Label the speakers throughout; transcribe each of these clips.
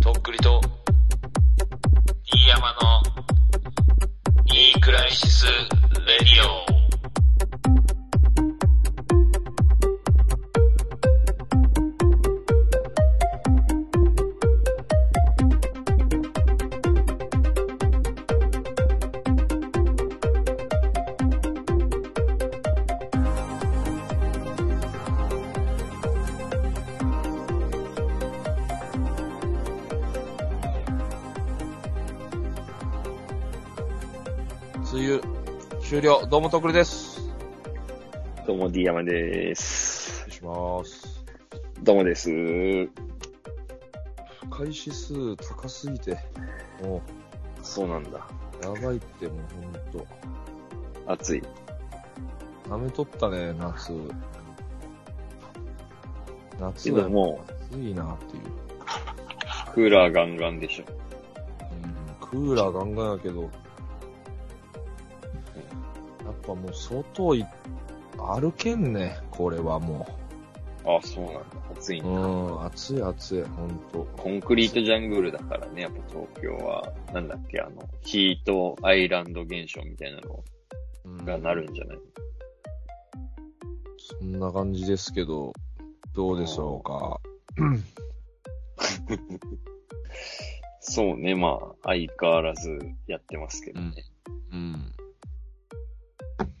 Speaker 1: とっくりと、飯山の、いいクライシス・レディオ。梅雨、終了。どうもとっくりです。
Speaker 2: どうも、D 山です。
Speaker 1: 失礼します。
Speaker 2: どうもです。
Speaker 1: 開始数高すぎて、も
Speaker 2: そうなんだ。
Speaker 1: う、やばいって、もうほん
Speaker 2: 暑い。
Speaker 1: と。舐めとったね、夏。夏
Speaker 2: けども、
Speaker 1: 暑いなっていう。
Speaker 2: クーラーガンガンでしょ。
Speaker 1: うんクーラーガンガンやけど、やっぱもう外い、歩けんね、これはも
Speaker 2: あ、そうなんだ。暑いん
Speaker 1: う。う
Speaker 2: だ。
Speaker 1: ん、暑い暑い、ほんと。
Speaker 2: コンクリートジャングルだからね、やっぱ東京は、なんだっけ、あの、ヒートアイランド現象みたいなの
Speaker 1: うん
Speaker 2: がなるんじゃない
Speaker 1: そんな感じですけど、どうでしょうか。
Speaker 2: そうね、まあ、相変わらずやってますけどね。
Speaker 1: うん。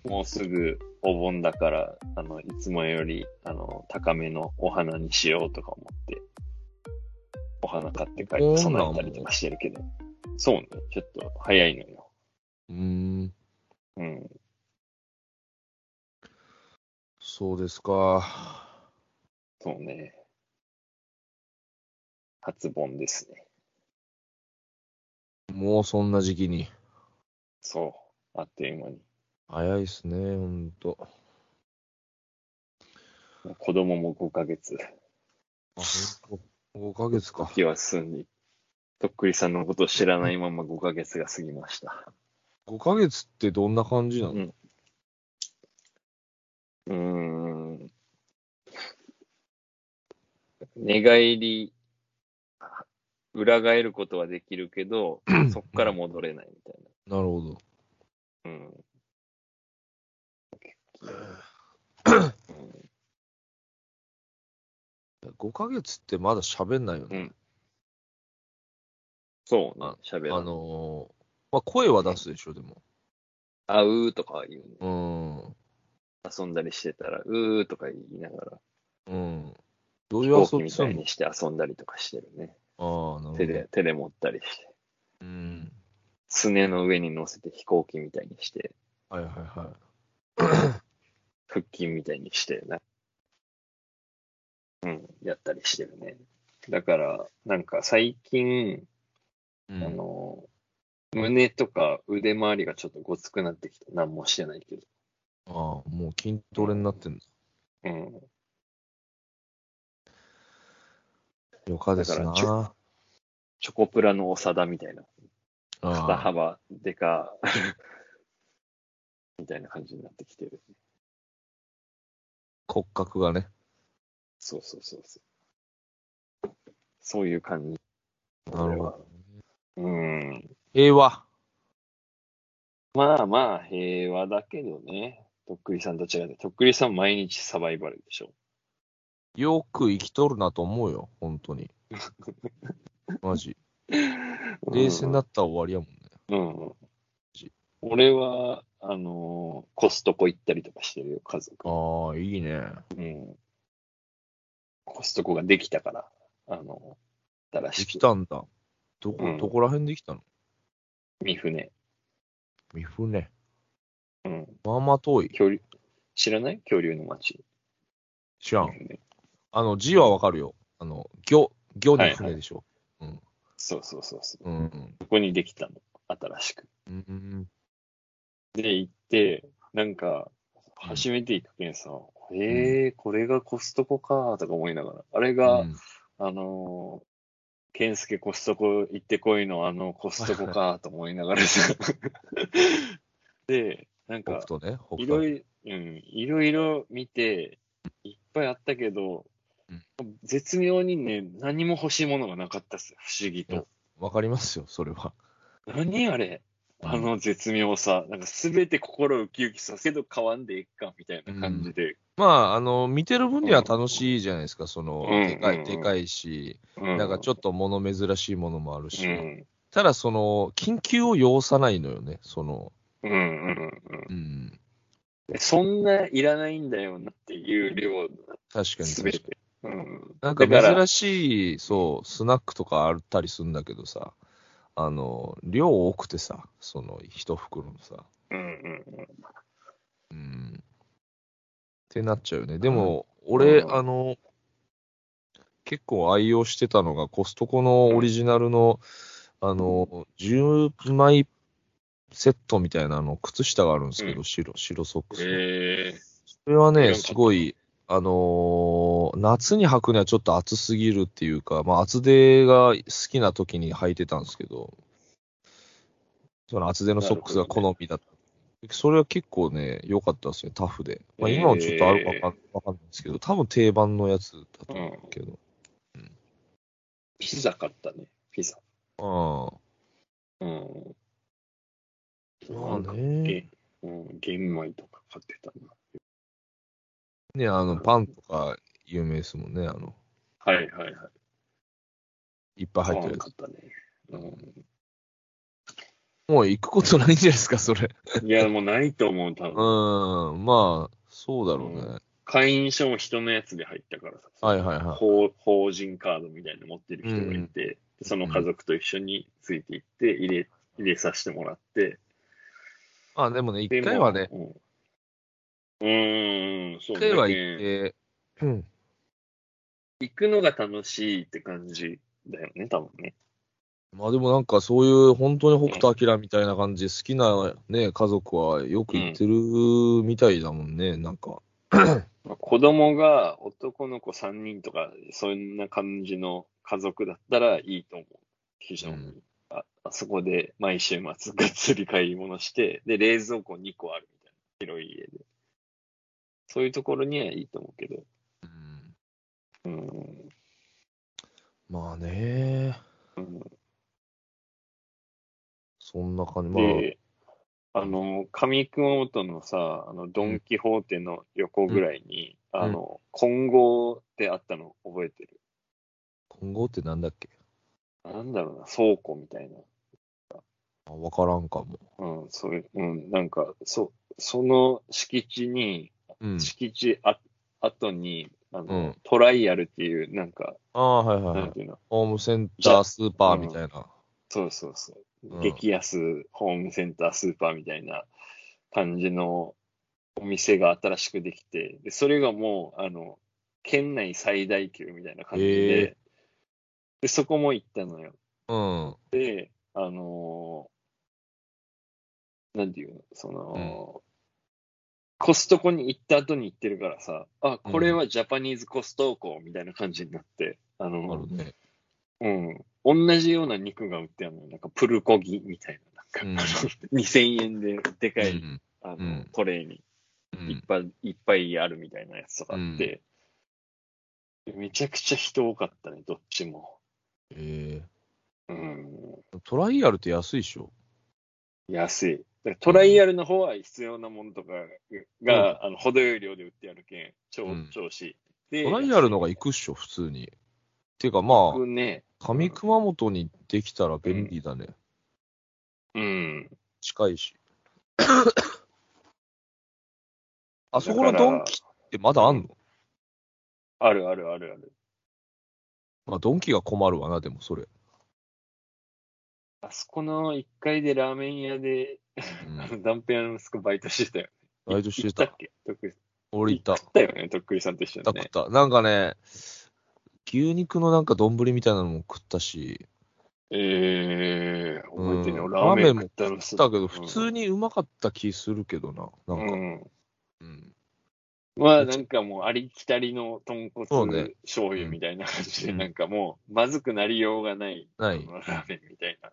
Speaker 2: もうすぐお盆だから、あの、いつもより、あの、高めのお花にしようとか思って、お花買って帰っ
Speaker 1: お盆
Speaker 2: て
Speaker 1: なの
Speaker 2: 備えたりとかしてるけど。そうね、ちょっと早いのよ。
Speaker 1: うん、
Speaker 2: うん。
Speaker 1: そうですか。
Speaker 2: そうね。初盆ですね。
Speaker 1: もうそんな時期に。
Speaker 2: そう。あっという間に。
Speaker 1: 早いっすね、ほんと。
Speaker 2: 子供も5ヶ月。
Speaker 1: あ、ほんと。5ヶ月か。
Speaker 2: 時は進んで、とっくりさんのことを知らないまま5ヶ月が過ぎました。
Speaker 1: 5ヶ月ってどんな感じなの、
Speaker 2: うんうーん寝返り、裏返ることはできるけど、そこから戻れないみたい
Speaker 1: なるほど。
Speaker 2: な。うん。
Speaker 1: 5ヶ月ってまだ喋んないよね。
Speaker 2: そうな、喋
Speaker 1: あ
Speaker 2: らない。
Speaker 1: のーまあ、声は出すでしょ、でも。
Speaker 2: あうーとか言うね。
Speaker 1: うん。
Speaker 2: 遊んだりしてたら、うーとか言いながら、
Speaker 1: うん。どう
Speaker 2: 飛
Speaker 1: いう
Speaker 2: 行
Speaker 1: 遊
Speaker 2: 機
Speaker 1: び
Speaker 2: み
Speaker 1: す
Speaker 2: た
Speaker 1: る
Speaker 2: い
Speaker 1: の
Speaker 2: にして遊んだりとかしてるね。
Speaker 1: ああ、なるほど。
Speaker 2: 手で、手で持ったりして。
Speaker 1: うん。
Speaker 2: すねの上に乗せて飛行機みたいにして、
Speaker 1: はいはいは
Speaker 2: 腹筋みたいにしてな、うん、やったりしてるね。だから、なんか最近、
Speaker 1: い。
Speaker 2: あの、胸とか腕周りがちょっとごつくなってきて、何もしてないけど。
Speaker 1: ああ、もう筋トレになってんだ。
Speaker 2: うん。
Speaker 1: よかです
Speaker 2: だからち
Speaker 1: な。
Speaker 2: チョコプラの長田みたいな。肩
Speaker 1: ああ
Speaker 2: 幅でか、 みたいな感じになってきてる。
Speaker 1: 骨格がね。
Speaker 2: そうそうそうそう。そういう感じ。
Speaker 1: なるほど。
Speaker 2: うん。
Speaker 1: 平和。
Speaker 2: まあまあ、平和だけどね。とっくりさんと違って、とっくりさん毎日サバイバルでしょ。
Speaker 1: よく生きとるなと思うよ、本 当に。マジ。冷静になったら終わりやもんね。
Speaker 2: うん。うん。俺は、あのーコストコ行ったりとかしてるよ、家族。
Speaker 1: ああ、いいね。
Speaker 2: うん。コストコができたから、あのー、新し
Speaker 1: で
Speaker 2: く。
Speaker 1: きたんだ。どこ、
Speaker 2: うん
Speaker 1: どこら辺できたの
Speaker 2: 三船。
Speaker 1: 三船。
Speaker 2: うん。
Speaker 1: まあまあ遠い。
Speaker 2: 恐竜、知らない恐竜の町。
Speaker 1: 知ら
Speaker 2: 三
Speaker 1: ん。
Speaker 2: 船。
Speaker 1: あの、字はわかるよ。あの、魚、魚に船でしょ。
Speaker 2: そうそうそうそう。
Speaker 1: うん
Speaker 2: そこにできたの、新しく。
Speaker 1: うん。うん。
Speaker 2: で、行って、なんか、
Speaker 1: うん
Speaker 2: 初めて行くけんさ、えー、これがコストコか、とか思いながら。あれが、
Speaker 1: うん
Speaker 2: あのー、ケンスケコストコ行ってこいの、あの、コストコ か、と思いながらさ。で、なん
Speaker 1: 北
Speaker 2: か、
Speaker 1: 斗ね、北
Speaker 2: いろ
Speaker 1: 斗。
Speaker 2: いろ、うん、いろいろ見て、いっぱいあったけど、絶妙にね、何も欲しいものがなかったっす。不思議と。
Speaker 1: わかりますよ、それは。
Speaker 2: 何あれあの絶妙さ。なんか全て心ウキウキさせど買わんでいいか、みたいな感じで。
Speaker 1: まあ、あの、見てる分には楽しいじゃないですか、その、
Speaker 2: うん
Speaker 1: でか
Speaker 2: うん
Speaker 1: い、でかいし、
Speaker 2: う
Speaker 1: なんかちょっと物珍しいものもあるし、
Speaker 2: うん。
Speaker 1: ただその、緊急を要さないのよね、その、
Speaker 2: うんうんうん
Speaker 1: うん、
Speaker 2: うん。そんないらないんだよなっていう量、
Speaker 1: 確かに
Speaker 2: す
Speaker 1: 確
Speaker 2: べ
Speaker 1: か
Speaker 2: て
Speaker 1: に。。
Speaker 2: うん。
Speaker 1: なんか
Speaker 2: だから
Speaker 1: 珍しい、そう、スナックとかあったりするんだけどさ、あの、量多くてさ、その、一袋のさ、
Speaker 2: うんうん
Speaker 1: うん。ってなっちゃうよね。でも、俺、
Speaker 2: うん
Speaker 1: あの、結構愛用してたのが、コストコのオリジナルの、あの、10枚セットみたいなあの、靴下があるんですけど、
Speaker 2: う
Speaker 1: 白、白ソッ
Speaker 2: う
Speaker 1: ク
Speaker 2: ん。
Speaker 1: スの。
Speaker 2: え
Speaker 1: それは
Speaker 2: 知らんか
Speaker 1: ね、
Speaker 2: った
Speaker 1: すごい、あのー夏に履くにはちょっと暑すぎるっていうか、まあ、厚手が好きな時に履いてたんですけど、その厚手のソックスが好みだった。それは結構ね、良かったですね、タフで。まあ、
Speaker 2: へー
Speaker 1: 今はちょっとあるかわかんわかんないですけど、多分定番のやつだと思うけど。
Speaker 2: ー、ピザ買ったね。ピザ。うん。
Speaker 1: うん。ま
Speaker 2: げ
Speaker 1: あね。
Speaker 2: うん、玄米とか買ってたな。
Speaker 1: ね、あの、パンとか有名ですもんね、あの、
Speaker 2: はいはいはい。
Speaker 1: いっぱい入って
Speaker 2: 買わ
Speaker 1: るや
Speaker 2: なか
Speaker 1: つ。
Speaker 2: ったね。う
Speaker 1: もう行くことないんじゃないですか、それ。
Speaker 2: ん、いや、もうないと思う、多 分。
Speaker 1: うん、まあ、そうだろうね。
Speaker 2: う会員証も人のやつで入ったからさ。
Speaker 1: はいはいはい。
Speaker 2: 法法人カードみたいなの持ってる人がいて、でその家族と一緒についていって、入れ、入れさせてもらって。
Speaker 1: まあでもね、一
Speaker 2: で
Speaker 1: 回はね、、
Speaker 2: もううん、うーん、そ
Speaker 1: 一
Speaker 2: うだね
Speaker 1: 回は行って、うん。
Speaker 2: 行くのが楽しいって感じだよね、多分ね。
Speaker 1: まあでもなんかそういう本当に北斗晶みたいな感じで好きなね、家族はよく行ってるみたいだもんね、なんか。
Speaker 2: 子供が男の子3人とか、そんな感じの家族だったらいいと思う。非常に。
Speaker 1: うん
Speaker 2: ああそこで毎週末がっつり買い物して、で、冷蔵庫2個あるみたいな。広い家で。そういうところにはいいと思うけど。
Speaker 1: うん
Speaker 2: うん。
Speaker 1: まあね、
Speaker 2: うん
Speaker 1: そんな感じ。まあ、
Speaker 2: で、あの、上熊本のさ、あの、ドン・キホーテの横ぐらいに、
Speaker 1: ん
Speaker 2: あの、混合ってあったの覚えてる。
Speaker 1: 今後ってなんだっけ
Speaker 2: なんだろうな、倉庫みたいな。
Speaker 1: あわからんかも。
Speaker 2: うん、それ、うん、なんか、そ、その敷地に、
Speaker 1: うん。
Speaker 2: 敷地あ、後に、あの、
Speaker 1: うん
Speaker 2: トライアルっていう、なんか、
Speaker 1: ああ、はいはい
Speaker 2: な
Speaker 1: はい
Speaker 2: ん。ていうの、
Speaker 1: ホームセンター、スーパーみたいな。
Speaker 2: そうそうそうう、
Speaker 1: ん
Speaker 2: 激安ホームセンター、スーパーみたいな感じのお店が新しくできて、で、それがもう、あの、県内最大級みたいな感じ
Speaker 1: へ
Speaker 2: で
Speaker 1: え、
Speaker 2: で、そこも行ったのよ。
Speaker 1: うん。
Speaker 2: で、あのーなんていうの、その、コストコに行った後に行ってるからさ、あ、これはジャパニーズコストコみたいな感じになって、あ
Speaker 1: あ
Speaker 2: の
Speaker 1: る、ね。
Speaker 2: うん、同じような肉が売ってあるのよなんかプルコギみたいな、なんか、 あの2000円ででか
Speaker 1: う
Speaker 2: い、
Speaker 1: ん。
Speaker 2: あの、
Speaker 1: うん
Speaker 2: トレーに
Speaker 1: う
Speaker 2: いっ
Speaker 1: ん。
Speaker 2: ぱいいっぱいあるみたいなやつとかあって、めちゃくちゃ人多かったね、どっちも。
Speaker 1: え
Speaker 2: うん
Speaker 1: ー、トライアルって安いでしょ
Speaker 2: 安い。だからトライアルの方は必要なものとかが、あの程よい量で売ってあるけん、超、
Speaker 1: うん
Speaker 2: 調子いい。
Speaker 1: ト
Speaker 2: で
Speaker 1: ライアルのが行くっしょ、普通に。てかまあ、
Speaker 2: 僕ね、
Speaker 1: 上熊本にできたら便利だね。
Speaker 2: うん。
Speaker 1: 近いし。あそこのドンキってまだあんの
Speaker 2: あるあるあるある。
Speaker 1: まあ、ドンキが困るわな、でもそれ。
Speaker 2: あそこの1階でラーメン屋で、
Speaker 1: う
Speaker 2: あ
Speaker 1: ん、
Speaker 2: の断片の息子バイトしてたよ。
Speaker 1: バイトして
Speaker 2: 行った
Speaker 1: た
Speaker 2: っ。けとっくり
Speaker 1: 俺行った。
Speaker 2: 食ったよね、とっくりさんと一緒
Speaker 1: 食
Speaker 2: に
Speaker 1: っ
Speaker 2: ね
Speaker 1: た食っ。た。なんかね、牛肉のなんか丼みたいなのも食ったし、
Speaker 2: ええー、覚えてるよ、
Speaker 1: うん
Speaker 2: ラーメン食っ
Speaker 1: ラ
Speaker 2: た
Speaker 1: ーメ
Speaker 2: の
Speaker 1: ンも食ったけど、普通にうまかった気するけどな。なん
Speaker 2: う
Speaker 1: か、
Speaker 2: ん。
Speaker 1: うん
Speaker 2: まあなんかもうありきたりの豚
Speaker 1: そう
Speaker 2: 骨
Speaker 1: ね
Speaker 2: 醤油みたいな感じで、
Speaker 1: うん
Speaker 2: なんかもうまずくなりようがない、
Speaker 1: ない
Speaker 2: あのラーメンみたいな。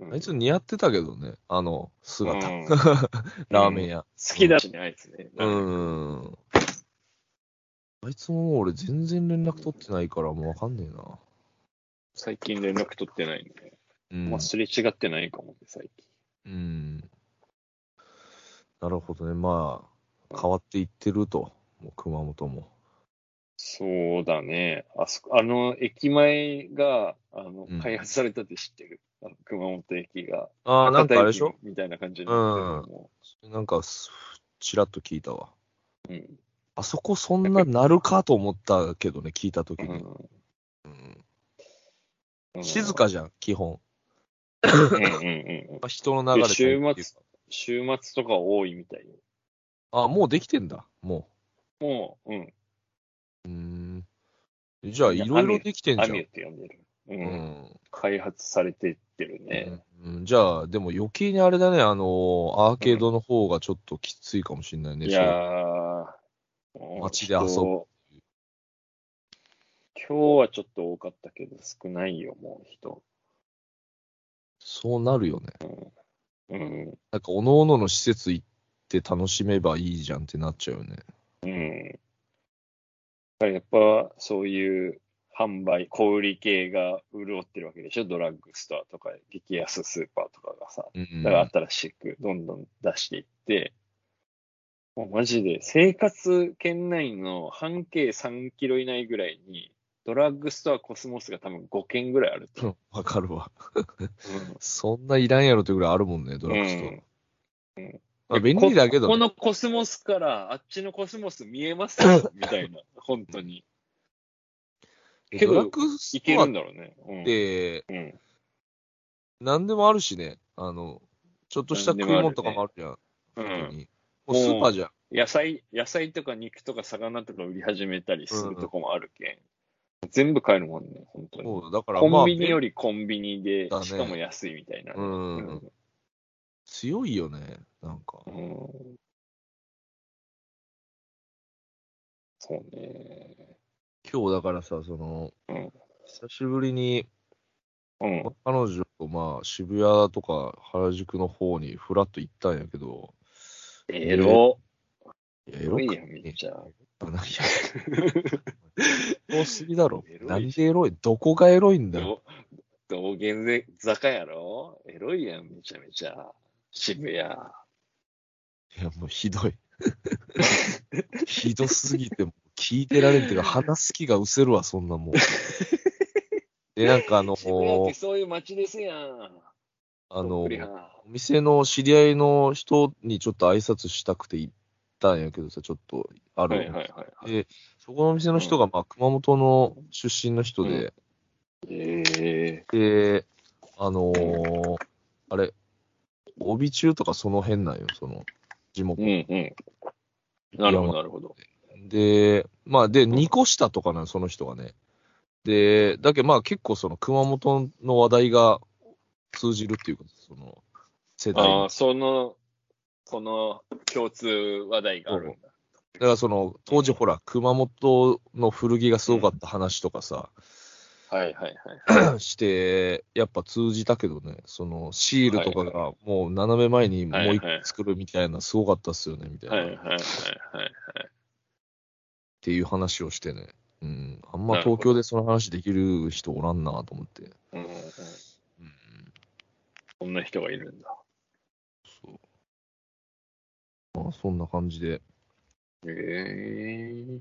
Speaker 2: うん
Speaker 1: あいつ似合ってたけどね、あの姿。
Speaker 2: うん
Speaker 1: ラーメン屋。
Speaker 2: 好きだしね、あいつね。
Speaker 1: うん。あいつももう俺全然連絡取ってないからもうわかんねえな。
Speaker 2: 最近連絡取ってないんで。
Speaker 1: うん。
Speaker 2: まあ、すれ違ってないかもね、最近。
Speaker 1: うん。なるほどね。まあ、変わっていってると。もう熊本も。
Speaker 2: そうだね。あそこ、あの、駅前が、あの
Speaker 1: うん、
Speaker 2: 開発されたって知ってる。あの熊本駅が。
Speaker 1: ああ、なんかあれでし
Speaker 2: 博
Speaker 1: ょ
Speaker 2: 多駅みたいな感じになってるのも
Speaker 1: なんかす、ちらっと聞いたわ。
Speaker 2: うん。
Speaker 1: あそこそんななるかと思ったけどね、聞いたときに、うん
Speaker 2: うん
Speaker 1: 静。かじゃん、基本。
Speaker 2: うんうんうんうん。
Speaker 1: まあ、人の流れというか
Speaker 2: で週週末とか多いみたいよ。
Speaker 1: あ、もうできてんだ、も
Speaker 2: もう、うん。
Speaker 1: う。うーん。じゃあ、いろいろできてん
Speaker 2: ア
Speaker 1: じゃ
Speaker 2: ミュ
Speaker 1: ん。
Speaker 2: って呼んでる。う。
Speaker 1: うんん。
Speaker 2: 開発されてってるね。
Speaker 1: うんじゃあ、でも余計にあれだね、あのーアーケードの方がちょっときついかもしれないね。
Speaker 2: いやー。もう
Speaker 1: 街で遊ぶ
Speaker 2: 人今日はちょっと多かったけど、少ないよ、もう人。
Speaker 1: そうそうなるよね。
Speaker 2: うん。
Speaker 1: なんか、おのおのの施設行って楽しめばいいじゃんってなっちゃうよね。
Speaker 2: うん。だからやっぱ、そういう販売、小売り系が潤ってるわけでしょドラッグストアとか、激安スーパーとかがさ。
Speaker 1: うん、
Speaker 2: だから新しくどんどん出していって、もうマジで生活圏内の半径3キロ以内ぐらいに、ドラッグストアコスモスが多分5軒ぐらいあると。
Speaker 1: うん わかるわ。そんないらんやろってぐらいあるもんね、ドラッグストア。
Speaker 2: うんうん
Speaker 1: まあ、便利だけ
Speaker 2: こ
Speaker 1: ど、
Speaker 2: こ
Speaker 1: ね、
Speaker 2: のコスモスからあっちのコスモス見えます よみたいな、本当に。け
Speaker 1: ドラッ
Speaker 2: ど、
Speaker 1: グス
Speaker 2: いけ
Speaker 1: トア
Speaker 2: る
Speaker 1: っ
Speaker 2: んだろうね。うん
Speaker 1: て
Speaker 2: うん、
Speaker 1: 何でもあるしね、あの、ちょっとした食い物とかもあるじゃん。
Speaker 2: うん、
Speaker 1: 本当にもうスーパーじゃん。
Speaker 2: 野菜、野菜とか肉とか魚とか売り始めたりするとこもあるけん。全部買えるもんね、本当に。
Speaker 1: そうだから、まあ、
Speaker 2: コンビニよりコンビニで
Speaker 1: だ、ね
Speaker 2: しかも安いみたいな。
Speaker 1: うん
Speaker 2: うん
Speaker 1: 強いよね、なんか。
Speaker 2: うんそうね。
Speaker 1: 今日だからさ、その、
Speaker 2: うん
Speaker 1: 久しぶりに、
Speaker 2: うん。
Speaker 1: 彼女とまあ、渋谷とか原宿の方にフラッと行ったんやけど、
Speaker 2: エロ。
Speaker 1: いやエ
Speaker 2: エ
Speaker 1: ロ
Speaker 2: ロ
Speaker 1: く
Speaker 2: い
Speaker 1: ね
Speaker 2: やん、めっちゃ。
Speaker 1: あ何や。多すぎだ ろ
Speaker 2: エロ。い
Speaker 1: 何でエロいどこがエロいんだよ。
Speaker 2: ど道玄坂やろエロいやん、めちゃめちゃ。渋谷。
Speaker 1: いや、もうひどい。 ひどすぎて、もう聞いてられんっていうか、話す気がうせるわ、そんなもん。で、なんかあ の、
Speaker 2: 渋谷ってそういう街ですやん。
Speaker 1: あ
Speaker 2: どっ
Speaker 1: の
Speaker 2: ぷ、りは
Speaker 1: お店の知り合いの人にちょっと挨拶したくて行ったんやけどさ、ちょっとあ
Speaker 2: は
Speaker 1: る。
Speaker 2: いはいはいはい。
Speaker 1: で、そこのお店の人が、まあ、熊本の出身の人で、
Speaker 2: え
Speaker 1: で、あのーあれ、帯中とかその辺なんよ、その、地元
Speaker 2: ー、うんうん。なるほど、なるほど。
Speaker 1: で、まあ、で、2個下とかなの、その人がね。で、だけどまあ結構その熊本の話題が通じるっていうか、その世代
Speaker 2: あ
Speaker 1: に。
Speaker 2: あ、その、その共通話題があるんだ。
Speaker 1: だからその当時ほら、熊本の古着がすごかった話とかさ、
Speaker 2: はいはいはい。
Speaker 1: して、やっぱ通じたけどね、そのシールとかがもう斜め前にもう一個作るみたいな、すごかったっすよね、みたいな、
Speaker 2: はいはい
Speaker 1: っ
Speaker 2: はいはい。
Speaker 1: ていう話をしてね。うん、あんま東京でその話できる人おらんなと思って。
Speaker 2: うんうん、
Speaker 1: うん、
Speaker 2: こんな人がいるんだ。
Speaker 1: そう。まあ、そんな感じで。
Speaker 2: ええ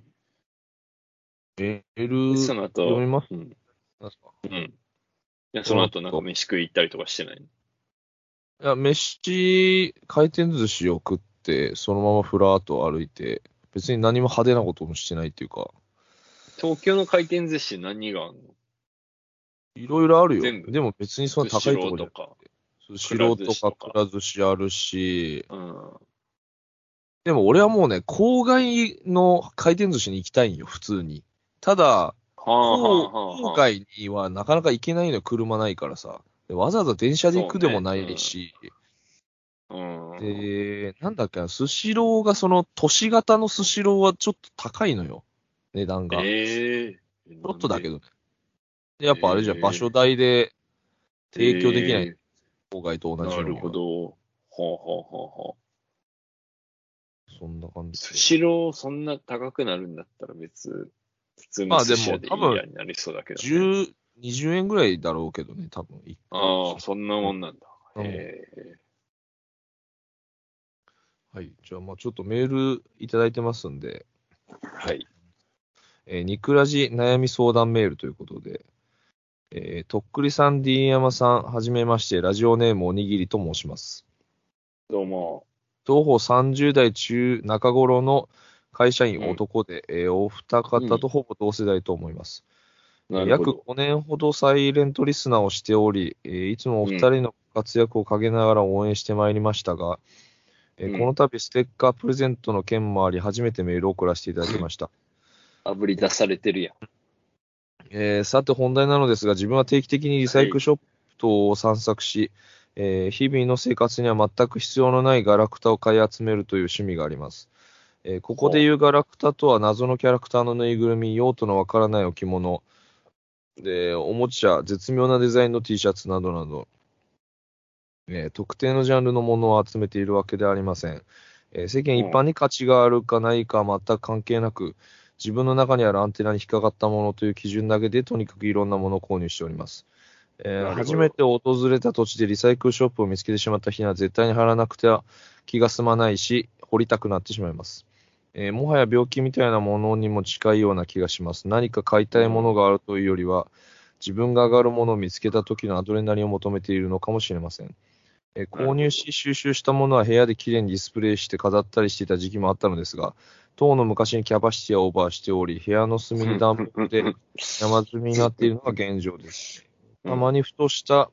Speaker 1: メール
Speaker 2: そ
Speaker 1: 読
Speaker 2: の後
Speaker 1: み、ます
Speaker 2: うん。い
Speaker 1: なんすか
Speaker 2: やその後なんか飯食い行ったりとかしてない
Speaker 1: いや、飯、回転寿司を食って、そのままふらーっと歩いて、別に何も派手なこともしてないっていうか、
Speaker 2: 東京の回転寿司何があんの
Speaker 1: いろいろある
Speaker 2: 全
Speaker 1: よ。
Speaker 2: 部
Speaker 1: でも別にそんな高いと
Speaker 2: スシロ
Speaker 1: こ
Speaker 2: ー
Speaker 1: ろ
Speaker 2: とか。
Speaker 1: スシローとかく
Speaker 2: く
Speaker 1: ら寿司あるし、
Speaker 2: うん。
Speaker 1: でも俺はもうね、郊外の回転寿司に行きたいんよ、普通に。ただ、
Speaker 2: はあは
Speaker 1: 郊
Speaker 2: あは
Speaker 1: 郊
Speaker 2: あはあ。
Speaker 1: 外にはなかなか行けないのよ、車ないからさ。でわざわざ電車で行くでもないし、
Speaker 2: うん。
Speaker 1: で、なんだっけな、スシローが、その、都市型のスシローはちょっと高いのよ。値段が。ち
Speaker 2: ええ
Speaker 1: ょっとだけ
Speaker 2: ど、
Speaker 1: どね。で、やっぱあれじゃん、
Speaker 2: えー
Speaker 1: 場所代で提供できない、郊外と同じ
Speaker 2: な
Speaker 1: ように。
Speaker 2: るほど。はあはあはあはあ。
Speaker 1: そんな感じ
Speaker 2: スシローそんな高くなるんだったら別、普通
Speaker 1: ま
Speaker 2: の
Speaker 1: あで
Speaker 2: 寿司屋
Speaker 1: も
Speaker 2: でいいやになりそうだけど、ね。
Speaker 1: 10、20円ぐらいだろうけどね、多分。一杯
Speaker 2: ああ、そんなもんなんだ。
Speaker 1: うん
Speaker 2: へえ
Speaker 1: はい。じゃあ、まあちょっとメールいただいてますんで、
Speaker 2: はい。
Speaker 1: えー、ニクラジ悩み相談メールということで、えー、とっくりさん、D 山さん、はじめまして、ラジオネームおにぎりと申します。
Speaker 2: どうも。
Speaker 1: 徒歩30代中中頃の会社員
Speaker 2: うん
Speaker 1: 男で、えーお二方とほぼ同世代と思います、
Speaker 2: なるほ
Speaker 1: 約
Speaker 2: ど。
Speaker 1: 5年ほどサイレントリスナーをしており、えーいつもお二人の活躍を陰ながら応援してまいりましたが、えー
Speaker 2: うん
Speaker 1: この度ステッカープレゼントの件もあり、初めてメールを送らせていただきました。
Speaker 2: 炙り出されてるやん。
Speaker 1: えーさて本題なのですが、自分は定期的にリサイクルショップ等を散策し、えー日々の生活には全く必要のないガラクタを買い集めるという趣味があります。えーここでいうガラクタとは謎のキャラクターのぬいぐるみ、用途のわからない置物、で、おもちゃ、絶妙なデザインの T シャツなどなど、えー特定のジャンルのものを集めているわけではありません。えー世間一般に価値があるかないかは全く関係なく、自分の中にあるアンテナに引っかかったものという基準だけで、とにかくいろんなものを購入しております。えー
Speaker 2: なるほど
Speaker 1: 初めて訪れた土地でリサイクルショップを見つけてしまった日には絶対に貼らなくては気が済まないし、掘りたくなってしまいます。えーもはや病気みたいなものにも近いような気がします。何か買いたいものがあるというよりは、自分が上がるものを見つけた時のアドレナリンを求めているのかもしれません。えー
Speaker 2: なるほど
Speaker 1: 購入し収集したものは部屋できれいにディスプレイして飾ったりしていた時期もあったのですが、当の昔にキャパシティはオーバーしており、部屋の隅に段ボールで山積みになっているのが現状です。
Speaker 2: うん
Speaker 1: たまにふとした、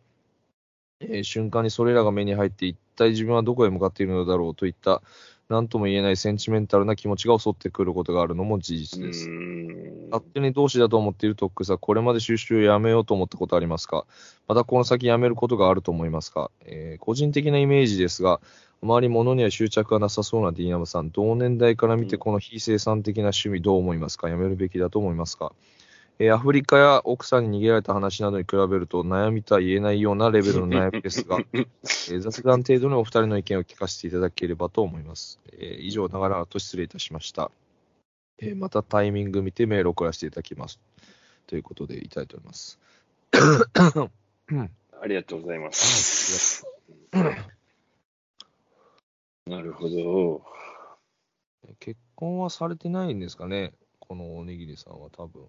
Speaker 1: えー瞬間にそれらが目に入って、一体自分はどこへ向かっているのだろうといった、何とも言えないセンチメンタルな気持ちが襲ってくることがあるのも事
Speaker 2: う
Speaker 1: 実です。
Speaker 2: ーん。
Speaker 1: 勝手に同志だと思っているとっくりさん、これまで収集をやめようと思ったことありますかまたこの先やめることがあると思いますか、えー個人的なイメージですが、あまり物には執着がなさそうなディーナムさん、同年代から見てこの非生産的な趣味どう思いますかやめるべきだと思いますかえーアフリカや奥さんに逃げられた話などに比べると悩みとは言えないようなレベルの悩みですが、えー雑談程度にお二人の意見を聞かせていただければと思います。えー以上、長々と失礼いたしました。えーまたタイミング見てメールを送らせていただきます。ということでいただいております。
Speaker 2: ありがとうございます。なるほど。
Speaker 1: 結婚はされてないんですかねこのおにぎりさんは多分。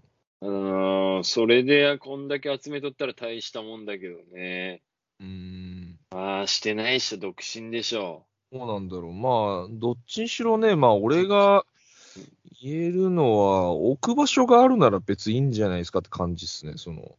Speaker 2: あのーそれでこんだけ集めとったら大したもんだけどね。
Speaker 1: うーん。
Speaker 2: まあ、してない人独身でしょ
Speaker 1: どうなんだろう。まあ、どっちにしろね、まあ、俺が言えるのは、置く場所があるなら別にいいんじゃないですかって感じですね、その、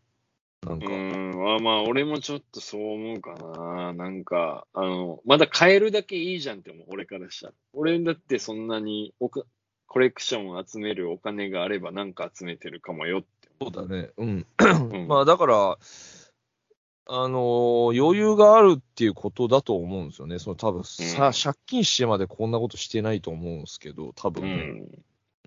Speaker 1: なん
Speaker 2: う。
Speaker 1: か。
Speaker 2: うーん。まあまあ、俺もちょっとそう思うかな。なんか、あの、まだ買えるだけいいじゃんって思う、俺からしたら。俺だってそんなにおかコレクションを集めるお金があればなんか集めてるかもよって。
Speaker 1: そうだね。うん。
Speaker 2: うん
Speaker 1: まあ、だから、あのー余裕があるっていうことだと思うんですよね。その多分さ、
Speaker 2: うん
Speaker 1: 借金してまでこんなことしてないと思うんですけど、多分
Speaker 2: う
Speaker 1: ね。
Speaker 2: ん。
Speaker 1: う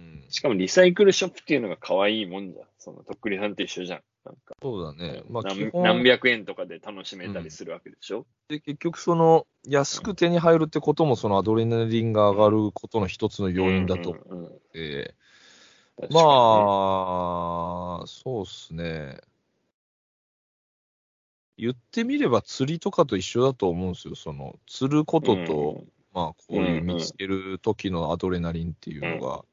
Speaker 1: ん
Speaker 2: しかもリサイクルショップっていうのが可愛いもんじゃん。そのとっくりさんと一緒じゃん。なんか、
Speaker 1: そうだね。まあ、基
Speaker 2: 何
Speaker 1: 本
Speaker 2: 何百円とかで楽しめたりするわけでしょ。
Speaker 1: で結局、その、安く手に入るってことも、そのアドレナリンが上がることの一つの要因だと思
Speaker 2: うんうんうん
Speaker 1: って、
Speaker 2: 確かにね
Speaker 1: まあ、そうっすね。言ってみれば釣りとかと一緒だと思うんですよ。その、釣ることと、まあ、こういう見つける時のアドレナリンっていうのが、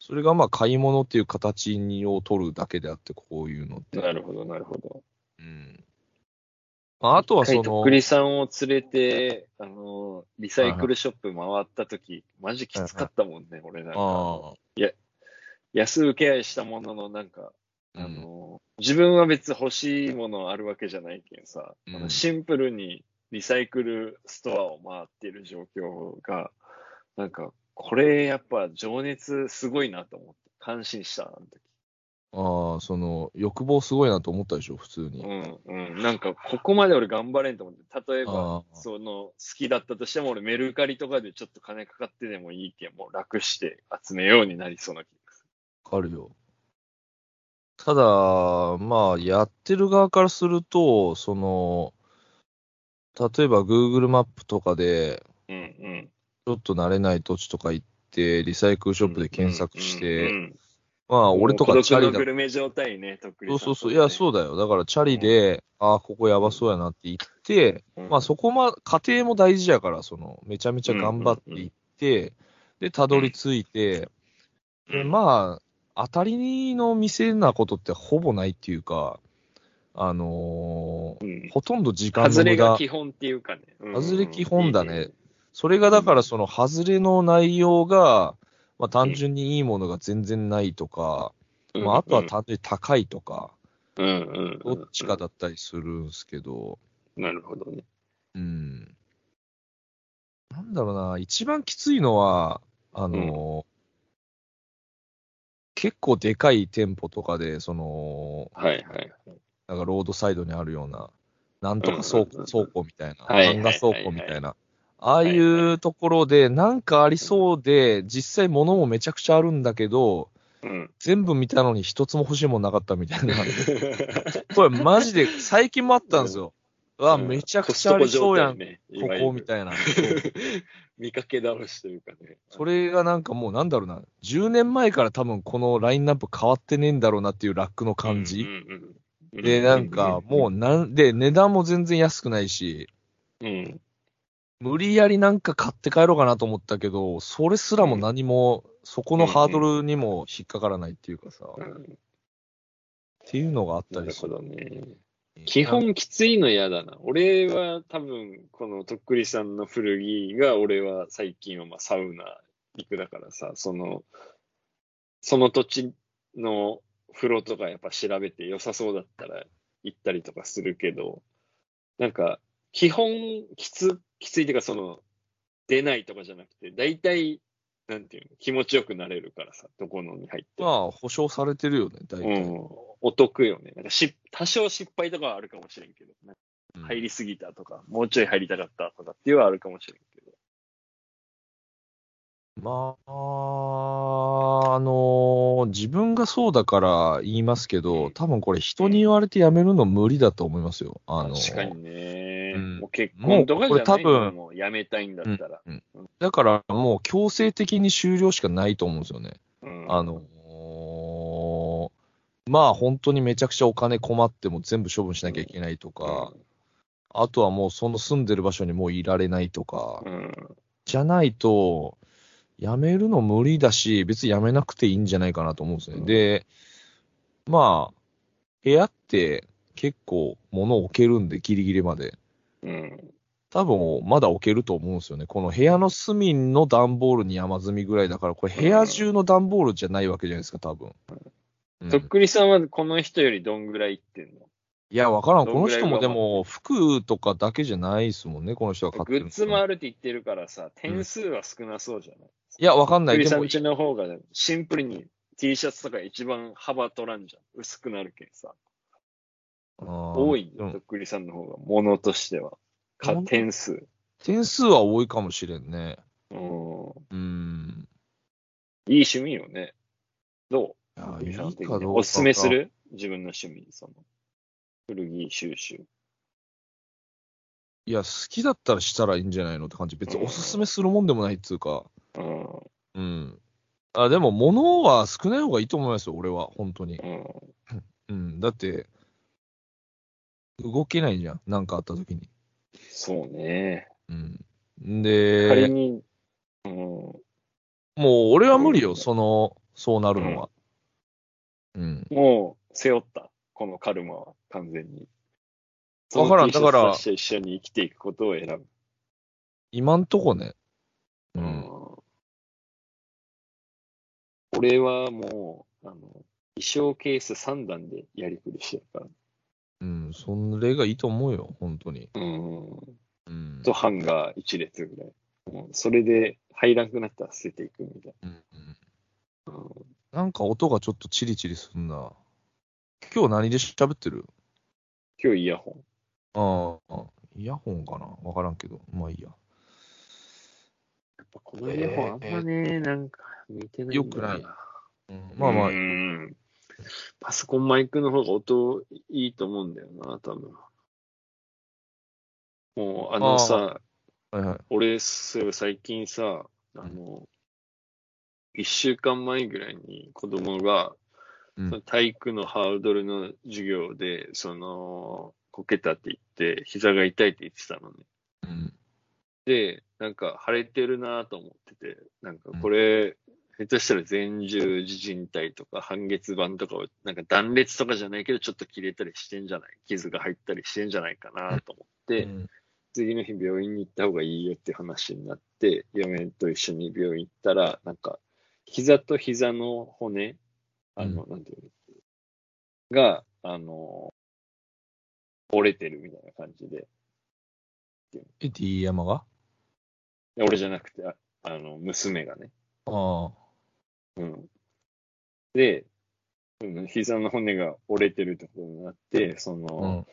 Speaker 1: それがまあ、買い物っていう形にを取るだけであって、こういうのっ
Speaker 2: うんな
Speaker 1: て。
Speaker 2: るほど、なるほど。
Speaker 1: うん。まあ、あとはそ
Speaker 2: 一回とっく
Speaker 1: の、
Speaker 2: りさんを連れて、あの、リサイクルショップ回った時、マジきつかったもんね、俺なんか。
Speaker 1: あ
Speaker 2: 安請け合いしたものの、なんか、
Speaker 1: あ、う
Speaker 2: あ
Speaker 1: ん
Speaker 2: の、自分は別に欲しいものあるわけじゃないけんさ、
Speaker 1: うん
Speaker 2: あのシンプルにリサイクルストアを回ってる状況が、なんか、これやっぱ情熱すごいなと思って、感心した、あの時。
Speaker 1: ああ、その、欲望すごいなと思ったでしょ、普通に。
Speaker 2: うんうん、なんか、ここまで俺頑張れんと思って、例えば
Speaker 1: あ、ー
Speaker 2: その、好きだったとしても、俺メルカリとかでちょっと金かかってでもいいけん、もう楽して集めようになりそうな気がす
Speaker 1: あるよ。ただ、まあ、やってる側からすると、その、例えば Google マップとかで、
Speaker 2: る。うん
Speaker 1: ょっと慣れない土地とか行って、リサイクルショップで検索
Speaker 2: う
Speaker 1: し
Speaker 2: んう
Speaker 1: て、
Speaker 2: んうん
Speaker 1: まあ、俺と
Speaker 2: も
Speaker 1: か
Speaker 2: う
Speaker 1: チ
Speaker 2: 孤
Speaker 1: ャ
Speaker 2: 独
Speaker 1: リ
Speaker 2: の
Speaker 1: だ
Speaker 2: グ。ルメ状態ね、とっくり
Speaker 1: そ
Speaker 2: さ
Speaker 1: うんそうそう。いや、そうだよ。だから、チャリで、ああ、ここやばそうやなって行って、
Speaker 2: うん
Speaker 1: まあ、そこま、家庭も大事やから、その、めちゃめちゃ頑張って行って、で、たどり着いて、でまあ、当たりの店なことってほぼないっていうか、あのー
Speaker 2: うん
Speaker 1: ほとんど時間
Speaker 2: 外
Speaker 1: の無
Speaker 2: れが
Speaker 1: 駄。
Speaker 2: 基本っていうかね。うん
Speaker 1: 外れ基本だね。
Speaker 2: いい
Speaker 1: それがだからその外れの内容が、まあ単純にいいものが全然ないとか、
Speaker 2: うん
Speaker 1: まああとは単純に高いとか、
Speaker 2: うんうんう
Speaker 1: ど
Speaker 2: ん。
Speaker 1: っちかだったりするんすけど、
Speaker 2: なるほどね。
Speaker 1: うん。なんだろうな、一番きついのは、あの、結構でかい店舗とかで、その、
Speaker 2: はいはい。
Speaker 1: なんかロードサイドにあるような、なんとか倉
Speaker 2: うんうんうん
Speaker 1: 庫倉庫みたいな、
Speaker 2: はいはい
Speaker 1: 漫画倉庫みたいな、ああいうところで、なんかありそうで、実際物もめちゃくちゃあるんだけど、
Speaker 2: うん。
Speaker 1: 全部見たのに一つも欲しいもんなかったみたいな。これマジで最近もあったんですよ。うわ、めちゃくちゃありそうやん、ここみ
Speaker 2: い
Speaker 1: たいな。
Speaker 2: な。見かけ倒しというかね。
Speaker 1: それがなんかもうなんだろうな、10年前から多分このラインナップ変わってねえんだろうなっていうラックの感じ。
Speaker 2: うんうんうん
Speaker 1: で、なんかもうなん、で、値段も全然安くないし、
Speaker 2: うん、うん
Speaker 1: 無理やりなんか買って帰ろうかなと思ったけど、それすらも何も、そこのハードルにも引っかからないっていうかさ、
Speaker 2: う
Speaker 1: っ
Speaker 2: ん
Speaker 1: ていうのがあった
Speaker 2: な
Speaker 1: り
Speaker 2: る
Speaker 1: す
Speaker 2: ほ
Speaker 1: る。
Speaker 2: どね。基本きついの嫌だな。俺は多分、このとっくりさんの古着が、俺は最近はまあサウナ行くだからさ、その、その土地の風呂とかやっぱ調べて良さそうだったら行ったりとかするけど、なんか、基本きつ、きついっていうかその、出ないとかじゃなくて、大体、なんていうの、気持ちよくなれるからさ、どこのに入っても。
Speaker 1: まあ、保証されてるよね、大
Speaker 2: う
Speaker 1: 体。
Speaker 2: ん、お得よね。なんかし多少失敗とかはあるかもしれんけど、なんか
Speaker 1: うん
Speaker 2: 入りすぎたとか、もうちょい入りたかったとかっていうのはあるかもしれんけど。
Speaker 1: まあ、あのー自分がそうだから言いますけ
Speaker 2: う
Speaker 1: ど、
Speaker 2: ん
Speaker 1: 多分これ人に言われてやめるの無理だと思いますよ。あのー
Speaker 2: 確かにね、
Speaker 1: うん
Speaker 2: もう結婚とかじゃない
Speaker 1: もうこれ多
Speaker 2: の
Speaker 1: 分
Speaker 2: もうやめたいんだったら。
Speaker 1: だからもう強制的に終了しかないと思うんですよね。
Speaker 2: うん
Speaker 1: あのーまあ本当にめちゃくちゃお金困っても全部処分しなきゃいけないとか、あとはもうその住んでる場所にもういられないとか、
Speaker 2: うん、
Speaker 1: じゃないと、辞めるの無理だし、別に辞めなくていいんじゃないかなと思うんですね。
Speaker 2: うん
Speaker 1: で、まあ、部屋って結構物置けるんで、ギリギリまで。
Speaker 2: うん、
Speaker 1: 多分、まだ置けると思うんですよね。この部屋の隅の段ボールに山積みぐらいだから、これ部屋中の段ボールじゃないわけじゃないですか、多分。うん
Speaker 2: とっくりさんはこの人よりどんぐらい行ってんの
Speaker 1: いや、わからん。
Speaker 2: ど
Speaker 1: こ
Speaker 2: んぐ
Speaker 1: の
Speaker 2: らい
Speaker 1: 人も
Speaker 2: 上回って
Speaker 1: でも、服とかだけじゃないですもんね、この人が買って
Speaker 2: グ
Speaker 1: るの
Speaker 2: ッズもあるって言ってるからさ、点数は少なそうじゃない、
Speaker 1: いや、わかん
Speaker 2: と
Speaker 1: な
Speaker 2: っく
Speaker 1: い。
Speaker 2: り
Speaker 1: で
Speaker 2: さん
Speaker 1: も、
Speaker 2: 家の方がシンプルに T シャツとか一番幅取らんじゃん。薄くなるけんさ。多
Speaker 1: 多
Speaker 2: いんだよ、とっくりさんの方が、ものとしては。か
Speaker 1: ほん
Speaker 2: 点数。
Speaker 1: 点数は多いかもしれんね。
Speaker 2: うん。
Speaker 1: うん。
Speaker 2: いい趣味よね。どう
Speaker 1: いや
Speaker 2: とっくりさん的に
Speaker 1: いいかどうかが
Speaker 2: おすすめする自分の趣味、その、古着収集。
Speaker 1: いや、好きだったらしたらいいんじゃないのって感じ。別におすすめするもんでもないっつうか。
Speaker 2: うん。
Speaker 1: うん。あ、でも、物は少ない方がいいと思いますよ、俺は。本当に。
Speaker 2: うん。
Speaker 1: うん。だって、動けないじゃん。なんかあった時に。
Speaker 2: そうね。
Speaker 1: うん。
Speaker 2: 仮
Speaker 1: んで、
Speaker 2: に、うん。
Speaker 1: もう俺は無理よ、その、そうなるのは。うん。
Speaker 2: もう、背負った。このカルマは、完全に。
Speaker 1: わからん
Speaker 2: その T シャツ
Speaker 1: だから
Speaker 2: として一緒に生きていくことを選ぶ。
Speaker 1: 今んとこね。
Speaker 2: う
Speaker 1: うん。
Speaker 2: ん俺はもう、あの、衣装ケース3段でやりくりしてるか
Speaker 1: うん。それがいいと思うよ、本当に。
Speaker 2: ら。うん。
Speaker 1: うん。
Speaker 2: と、ハンガー1列ぐらい。もうそれで入らなくなったら捨てていくみたい
Speaker 1: うんうん
Speaker 2: な。うん
Speaker 1: なんか音がちょっとチリチリすんな。今日何で喋ってる
Speaker 2: 今日イヤホン。
Speaker 1: ああ、イヤホンかなわからんけど。まあいいや。
Speaker 2: やっぱこのイヤホンあんまね、なんか見てないんだ
Speaker 1: よくまあまあ、
Speaker 2: うんパソコンマイクの方が音いいと思うんだよな、多分。もうあのさ、
Speaker 1: いはいはい。
Speaker 2: 俺、そういえば最近さ、あの、一週間前ぐらいに子供が、
Speaker 1: うん
Speaker 2: その体育のハードルの授業で、その、こけたって言って、膝が痛いって言ってたのね。
Speaker 1: うん。
Speaker 2: で、なんか腫れてるなと思ってて、なんかこれ、下手したら前十字靭帯とか半月板とかを、なんか断裂とかじゃないけど、ちょっと切れたりしてんじゃない傷が入ったりしてんじゃないかなと思って、
Speaker 1: うん
Speaker 2: 次の日病院に行った方がいいよって話になって、嫁と一緒に病院行ったら、なんか、膝と膝の骨、あの、なんていうの、が、あの、折れてるみたいな感じで、
Speaker 1: え、D 山が
Speaker 2: で俺じゃなくて、ああの、娘がね、
Speaker 1: ああ。
Speaker 2: うん。で、うん膝の骨が折れてるところになって、その、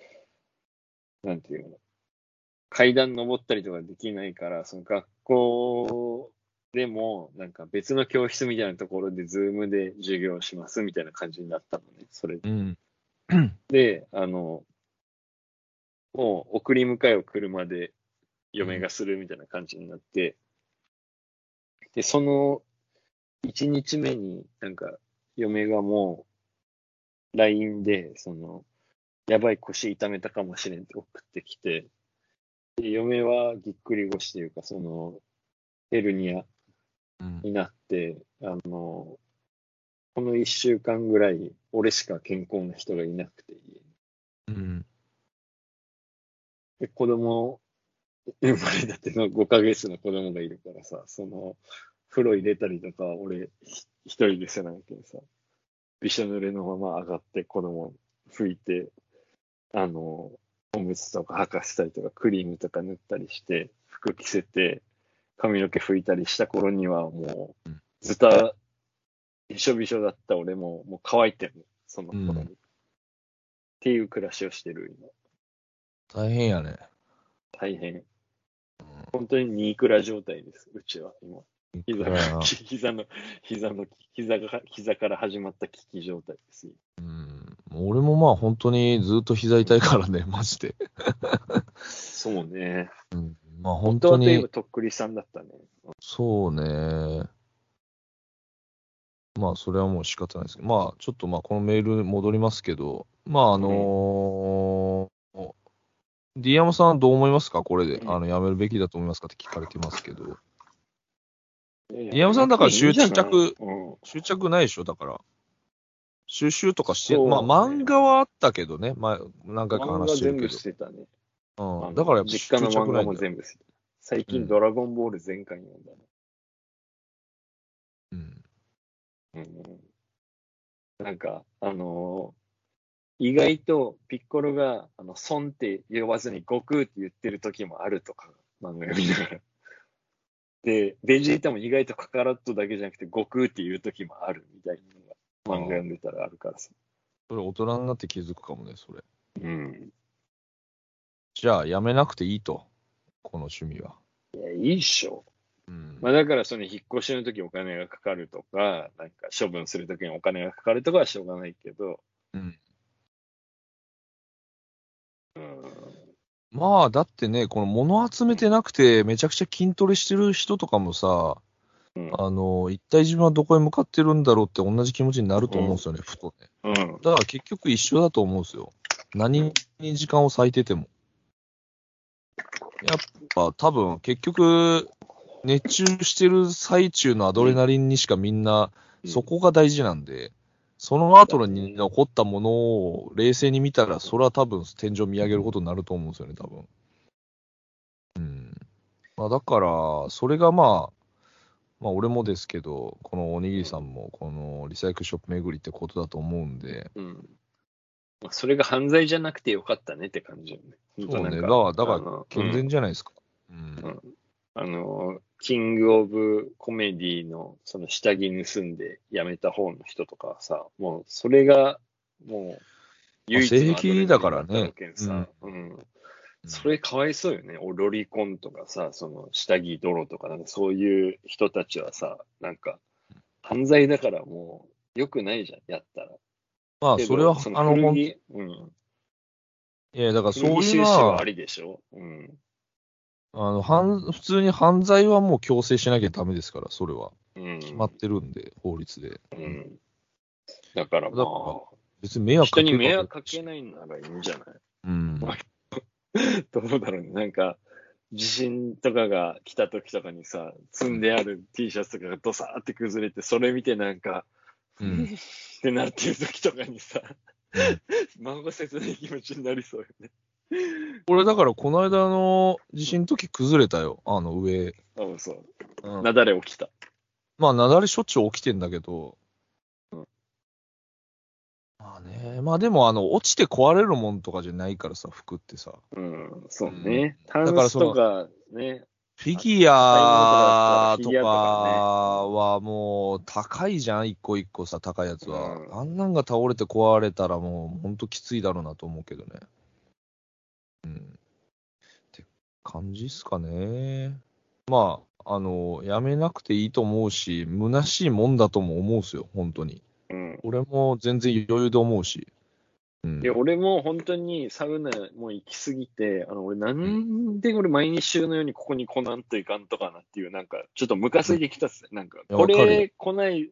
Speaker 1: うん。
Speaker 2: なんていうの、階段登ったりとかできないから、その学校でも、なんか別の教室みたいなところで、ズームで授業しますみたいな感じになったのね、それで。
Speaker 1: うん。
Speaker 2: で、あの、もう送り迎えを車で嫁がするみたいな感じになって、で、その1日目になんか嫁がもう LINE で、その、やばい腰痛めたかもしれんって送ってきて、で嫁はぎっくり腰というか、その、ヘルニア
Speaker 1: うん
Speaker 2: になって、あの、この1週間ぐらい、俺しか健康な人がいなくて、家に
Speaker 1: うん。
Speaker 2: で、子供、生まれたての5ヶ 月の子供がいるからさ、その、風呂入れたりとか、俺、ひ一人でせなきゃさ、びしょ濡れのまま上がって子供拭いて、あの、おむつとか履かせたりとか、クリームとか塗ったりして、服着せて、髪の毛拭いたりした頃にはもう
Speaker 1: うん、
Speaker 2: ずた、びしょびしょだった俺も、もう乾いてる、その頃に。
Speaker 1: うん
Speaker 2: っていう暮らしをしてる、今。
Speaker 1: 大変やね。
Speaker 2: 大変。本当にニークラ状態です、うちは今。膝
Speaker 1: いくらや
Speaker 2: が、
Speaker 1: な
Speaker 2: 膝の、膝の、膝が、膝から始まった危機状態です。
Speaker 1: うん。俺もまあ本当にずっと膝痛いからね、マジで。
Speaker 2: そうね。
Speaker 1: うん。まあ本
Speaker 2: 本当
Speaker 1: 当
Speaker 2: はといえ
Speaker 1: に
Speaker 2: ば。とっくりさんだったね。
Speaker 1: そうね。まあ、それはもう仕方ないですけど、まあ、ちょっとまあ、このメールに戻りますけど、まあ、あのー、D 山さんはどう思いますかこれで、
Speaker 2: うん
Speaker 1: あの、やめるべきだと思いますかって聞かれてますけど、
Speaker 2: 宮
Speaker 1: 宮本さんだから執着
Speaker 2: うん。
Speaker 1: 執着ないでしょだから、収集とかして、
Speaker 2: そう
Speaker 1: ま
Speaker 2: ね
Speaker 1: あ、漫画はあったけどね、まあ、何回か
Speaker 2: 漫
Speaker 1: 話
Speaker 2: 画
Speaker 1: してる
Speaker 2: 全
Speaker 1: け
Speaker 2: 部
Speaker 1: ど
Speaker 2: 捨てたね。、あ
Speaker 1: う
Speaker 2: の
Speaker 1: ん、だからやっぱ執
Speaker 2: 実家の
Speaker 1: 着
Speaker 2: 漫
Speaker 1: な
Speaker 2: 画
Speaker 1: いん
Speaker 2: も
Speaker 1: だよ。
Speaker 2: 全部捨てた。最
Speaker 1: うん
Speaker 2: 近ドラゴンボール全巻読んだね。
Speaker 1: うん
Speaker 2: うんなんか、あのー意外とピッコロが、あの、孫って呼ばずに悟空って言ってる時もあるとか、漫画読みながら。 で、ベジータも意外とカカラットだけじゃなくて悟空って言う時もあるみたいなのが、漫画読んでたらあるからさ。
Speaker 1: それ、大人になって気づくかもね、それ。
Speaker 2: うん。
Speaker 1: じゃあ、やめなくていいと、この趣味は。
Speaker 2: いや、いいっしょ。
Speaker 1: うん
Speaker 2: まあだから、その引っ越しの時お金がかかるとか、なんか処分する時にお金がかかるとかはしょうがないけど、
Speaker 1: うん
Speaker 2: うん。
Speaker 1: まあ、だってね、この物集めてなくて、めちゃくちゃ筋トレしてる人とかもさ、
Speaker 2: うん
Speaker 1: あの、一体自分はどこへ向かってるんだろうって同じ気持ちになると思うんですよね、ふとね。
Speaker 2: うん。
Speaker 1: だから結局一緒だと思うんですよ。何に時間を割いてても。やっぱ多分、結局、熱中してる最中のアドレナリンにしかみんな、そこが大事なんで、その後に残ったものを冷静に見たら、それは多分天井見上げることになると思うんですよね、多分。うん。まあだから、それがまあ、まあ俺もですけど、このおにぎりさんも、このリサイクルショップ巡りってことだと思うんで、
Speaker 2: うん。まあ、それが犯罪じゃなくてよかったねって感じよね。
Speaker 1: そう
Speaker 2: 本当なん
Speaker 1: ね、だか、
Speaker 2: から
Speaker 1: だか
Speaker 2: あ
Speaker 1: ら
Speaker 2: の
Speaker 1: 健全じゃないですか。うん。
Speaker 2: うんあの、キングオブコメディのその下着盗んで辞めた方の人とかはさ、もうそれがもう唯一の
Speaker 1: 性癖だからね
Speaker 2: アドレナリンだったわけでさ、うん。それかわいそうよね。おロリコンとかさ、その下着泥とか、なんかそういう人たちはさ、なんか犯罪だからもう良くないじゃん、やったら。
Speaker 1: まあ、
Speaker 2: けど
Speaker 1: それは、
Speaker 2: そ
Speaker 1: あの、
Speaker 2: 古
Speaker 1: ほんい
Speaker 2: 着うん。
Speaker 1: や、だから
Speaker 2: そう
Speaker 1: そう
Speaker 2: いう
Speaker 1: いう
Speaker 2: 収
Speaker 1: の
Speaker 2: 支は
Speaker 1: は
Speaker 2: あ、りでしょうん。
Speaker 1: あの、犯、普通に犯罪はもう強制しなきゃダメですから、それは。
Speaker 2: うん。
Speaker 1: 決まってるんで、法律で。
Speaker 2: うん。だからま
Speaker 1: だ別に迷
Speaker 2: あ、
Speaker 1: 惑
Speaker 2: 人に
Speaker 1: る
Speaker 2: 迷惑かけないならいいんじゃない
Speaker 1: うん。
Speaker 2: どうだろうね。なんか、地震とかが来た時とかにさ、積んである T シャツとかがドサーって崩れて、それ見てなんか、
Speaker 1: うん
Speaker 2: ってなってる時とかにさ
Speaker 1: う ん、
Speaker 2: 孫切ない気持ちになりそうよね。
Speaker 1: 俺、だから、この間の地震の時崩れたよ、あの上。
Speaker 2: 多分そう。
Speaker 1: うん
Speaker 2: 雪崩起きた。
Speaker 1: まあ、雪崩しょっちゅう起きてんだけど。
Speaker 2: うん
Speaker 1: まあね、まあでも、あの、落ちて壊れるもんとかじゃないからさ、服ってさ。
Speaker 2: うん、そうね。タ
Speaker 1: ん
Speaker 2: ンスとかね、
Speaker 1: フィギュア
Speaker 2: フ
Speaker 1: と
Speaker 2: ィ
Speaker 1: か
Speaker 2: ギュアとかね
Speaker 1: はもう高いじゃん、一個一個さ、高いやつは。
Speaker 2: うん
Speaker 1: あんなんが倒れて壊れたらもうほんときついだろうなと思うけどね。うん。って感じっすかね。まあ、あの、やめなくていいと思うし、虚しいもんだとも思うっすよ、本当に。
Speaker 2: うん。
Speaker 1: 俺も全然余裕で思うし。うん
Speaker 2: い。や、俺も本当にサウナもう行き過ぎて、あの、俺なんで俺毎週のようにここに来なんといかんとかなっていう、なんか、ちょっとムカついてきたっすね。なんか、
Speaker 1: や
Speaker 2: こ
Speaker 1: わかる
Speaker 2: れ来ない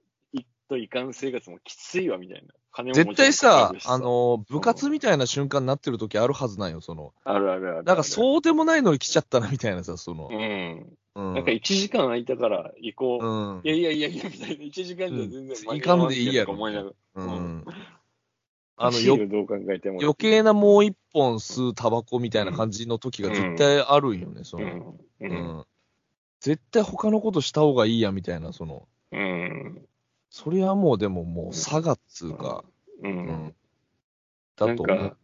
Speaker 2: といかん生活もきついわ、みたいな。金も
Speaker 1: 絶対さ
Speaker 2: も、ちろ
Speaker 1: あ
Speaker 2: んかかるし
Speaker 1: の、部活みたいな瞬間になってる時あるはずなんよ、その。
Speaker 2: あるあるある。
Speaker 1: なんかそうでもないのに来ちゃったなみたいなさ、その
Speaker 2: う。ん。
Speaker 1: うん。
Speaker 2: なんか1時間空いたから行こう。
Speaker 1: うん。
Speaker 2: いやいやいやいや、みたいな。1時間じゃ全然
Speaker 1: うん行かんでいいやろ
Speaker 2: ろ。思いながら。
Speaker 1: うん。
Speaker 2: あ
Speaker 1: あ
Speaker 2: の、
Speaker 1: の、
Speaker 2: よ
Speaker 1: よ、
Speaker 2: どう考えても。
Speaker 1: 余計なもう一本吸うタバコみたいな感じの時が絶対あるんよね、そ
Speaker 2: うん
Speaker 1: の。。
Speaker 2: う。
Speaker 1: うんん。絶対他のことした方がいいや、みたいな、その。
Speaker 2: うん。
Speaker 1: それはもうでももう差がっつうか、
Speaker 2: う。
Speaker 1: うんん。だと思
Speaker 2: なん
Speaker 1: う
Speaker 2: か。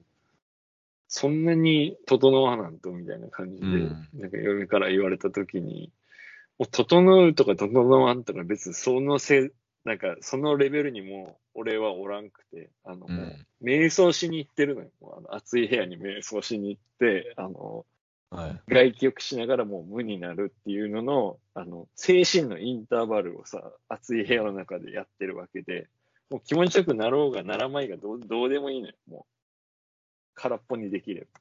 Speaker 2: そんなに整わなんとみたいな感じで、
Speaker 1: うん
Speaker 2: なんか嫁から言われたときに、もう整うとか整わんとか別にそのせ、なんかそのレベルにもう俺はおらんくて、あの、
Speaker 1: う。
Speaker 2: もうん瞑想しに行ってるのよ。もうあの暑い部屋に瞑想しに行って、あの、
Speaker 1: はい。
Speaker 2: 外気浴しながらもう無になるっていうのの、あの、精神のインターバルをさ、暑い部屋の中でやってるわけで、もう気持ちよくなろうがならまいがどうどうでもいいのよ。もう、空っぽにできれば。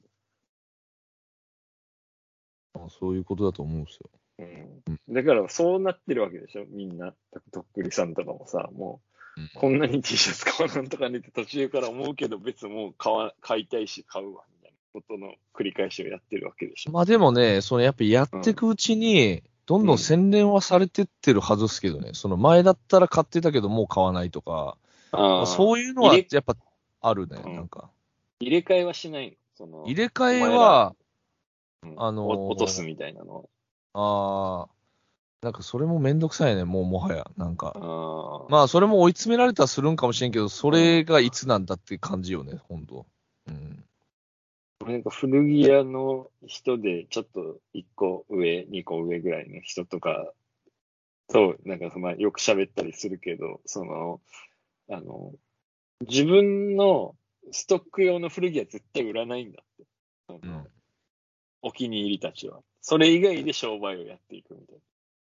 Speaker 1: まあそういうことだと思うんですよ。
Speaker 2: うん、だからそうなってるわけでしょ、みんな。とっくりさんとかもさ、もう、
Speaker 1: うん
Speaker 2: こんなに T シャツ買わなんとかねって途中から思うけど、別にもう買わ買いたいし買うわ、みたいなことの繰り返しをやってるわけでしょ。
Speaker 1: まあでもね、そのやっぱやってくうちに、どんどん洗練はされてってるはずですけどね、その前だったら買ってたけどもう買わないとか、ま
Speaker 2: あ
Speaker 1: あ
Speaker 2: あ
Speaker 1: そういうのは
Speaker 2: 入
Speaker 1: や
Speaker 2: れ
Speaker 1: っぱあるね、
Speaker 2: うん
Speaker 1: なんか。
Speaker 2: 入れ替えはしないのその
Speaker 1: 入れ替えは、
Speaker 2: うん
Speaker 1: あのー
Speaker 2: お落とすみたいなの。
Speaker 1: ああ、なんかそれもめんどくさいね、もうもはや、なんか。
Speaker 2: ああ
Speaker 1: まあそれも追い詰められたらするんかもしれんけど、それがいつなんだって感じよね、ほんと。うん。
Speaker 2: なんか古着屋の人で、ちょっと1個上、2個上ぐらいの人とかと、なんかまあよく喋ったりするけど、その、あの、自分のストック用の古着は絶対売らないんだって。その
Speaker 1: うん
Speaker 2: お気に入りたちは。それ以外で商売をやっていくみたい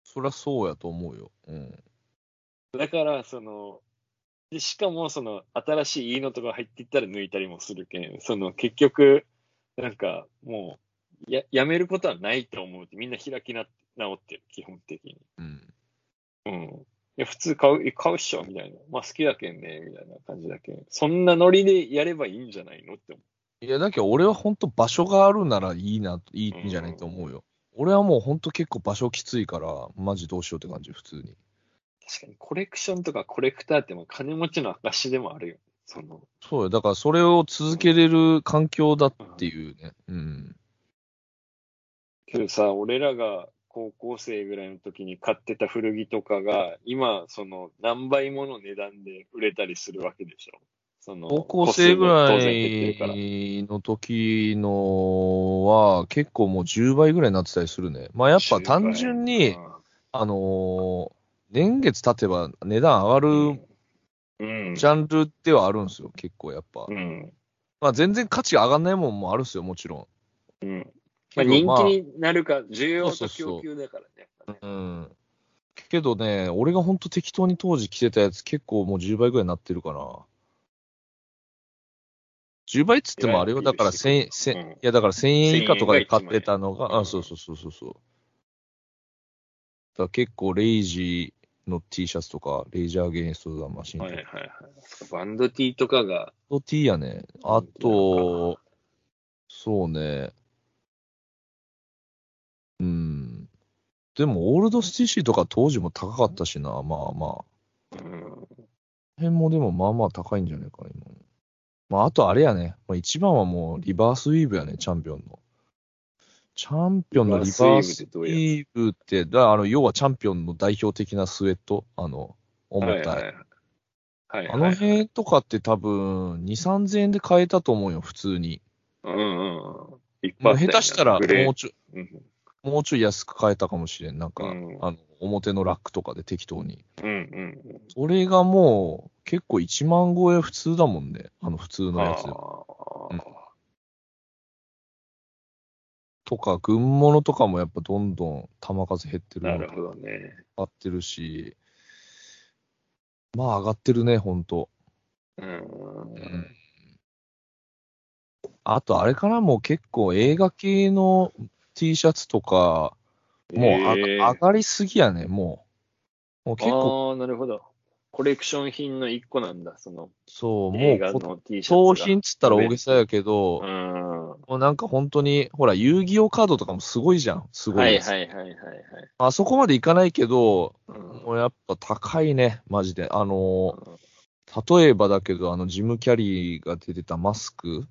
Speaker 1: そりゃそうやと思うよ。うん。
Speaker 2: な。だから、その、でしかも、その、新しいいいのとか入っていったら抜いたりもするけん、その、結局、なんか、もう、や、やめることはないと思うって、みんな開きな、直ってる、基本的に。
Speaker 1: うん。
Speaker 2: うん。いや、普通買う、え買うっしょ、みたいな。まあ、好きだけんね、みたいな感じだけん。そんなノリでやればいいんじゃないのって思
Speaker 1: いや、だけど俺はほんと場所があるならいいな、いいんじゃないと思うよ。俺はもうほんと結構場所きついから、マジどうしようって感じ、普通に。
Speaker 2: う。確かに、コレクションとかコレクターって、まあ、金持ちの証でもあるよね。その、
Speaker 1: そうよ。だからそれを続けれる環境だっていうね。うん。
Speaker 2: けどさ、俺らが高校生ぐらいの時に買ってた古着とかが、今、その何倍もの値段で売れたりするわけでしょ。その
Speaker 1: 高校生ぐら
Speaker 2: 個数も当然減ってるから。
Speaker 1: いの時のは、結構もう10倍ぐらいになってたりするね。まあやっぱ単純に、あのー年月経てば値段上
Speaker 2: う
Speaker 1: が
Speaker 2: ん、うん
Speaker 1: るジ。ャンルではあるんですよ、結構やっぱ
Speaker 2: う。ん。
Speaker 1: まあ全然価値が上がんないもんもあるっすよ、もちろん。
Speaker 2: うん。まあ、
Speaker 1: けど
Speaker 2: 人
Speaker 1: まあ
Speaker 2: 気になるか、需要
Speaker 1: そ
Speaker 2: と
Speaker 1: うそうそう
Speaker 2: 供給だからね。やっぱね
Speaker 1: うん。けどね、俺がほんと適当に当時着てたやつ結構もう10倍ぐらいになってるかな。 10倍っつってもあれよ、
Speaker 2: いわゆ
Speaker 1: だ
Speaker 2: る
Speaker 1: から
Speaker 2: ビール
Speaker 1: 1000、千
Speaker 2: うん
Speaker 1: いやだから1000円以下とかで買ってたの
Speaker 2: 1000円が一万
Speaker 1: が、
Speaker 2: 円
Speaker 1: あ、そうそうそうそうそう。だから結構レイジの T シャツとか、レイジャーゲインストザマシンと
Speaker 2: は
Speaker 1: か
Speaker 2: いはいはい。そっかバンド T とかが、
Speaker 1: ド T やね。あと、そうね。うん。でも、オールドスティッシーとか当時も高かったしな。まあまあ。こ
Speaker 2: うん、
Speaker 1: の辺もでもまあまあ高いんじゃないかな、今。まあ、あとあれやね。まあ、一番はもうリバースウィーブやね、チャンピオンの。チャンピオンのリバースウィーブって、だあの要はチャンピオンの代表的なスウェット、あの、重た
Speaker 2: は
Speaker 1: い。
Speaker 2: いはいはい。
Speaker 1: あ
Speaker 2: はいは
Speaker 1: の
Speaker 2: い。
Speaker 1: 辺とかって多分、2、3000円で買えたと思うよ、普通に。
Speaker 2: うんうんうん。いっぱ
Speaker 1: ま
Speaker 2: いあ
Speaker 1: あ
Speaker 2: った
Speaker 1: 下
Speaker 2: よなグ
Speaker 1: 手したら、
Speaker 2: レ
Speaker 1: もう
Speaker 2: ー
Speaker 1: ちょい、
Speaker 2: うん
Speaker 1: もうちょい安く買えたかもしれん。なんか、
Speaker 2: うん
Speaker 1: あの、表のラックとかで適当に。
Speaker 2: うんうん
Speaker 1: それがもう、結構1万超え普通だもんね。あの、普通
Speaker 2: うん。
Speaker 1: のやつ。
Speaker 2: あー
Speaker 1: とか、軍物とかもやっぱどんどん弾数減ってる
Speaker 2: な
Speaker 1: の
Speaker 2: る
Speaker 1: が
Speaker 2: ほどね。
Speaker 1: 上がってるし、まあ上がってるね、ほんと。
Speaker 2: うん。
Speaker 1: んあと、あれかな、もう結構映画系の T シャツとか、もうあ、
Speaker 2: えー
Speaker 1: 上がりすぎやね、もう。もう結構、
Speaker 2: ああ、なるほど。コレクション品の一個なんだ、その
Speaker 1: そう、も
Speaker 2: 映
Speaker 1: う
Speaker 2: 画
Speaker 1: こ、
Speaker 2: の T シャツ
Speaker 1: 商
Speaker 2: が。
Speaker 1: 品っつったら大げさやけど、
Speaker 2: うん。は
Speaker 1: もうなんか本当に、ほら、遊戯王カードとかもすごいじゃん、す
Speaker 2: い
Speaker 1: ごい
Speaker 2: はい
Speaker 1: やつ。
Speaker 2: はいはいはい。
Speaker 1: あそこまでいかないけど、
Speaker 2: うん
Speaker 1: もうやっぱ高いね、マジで。あのー、例えばだけど、あの、ジム・キャリーが出てたマスク、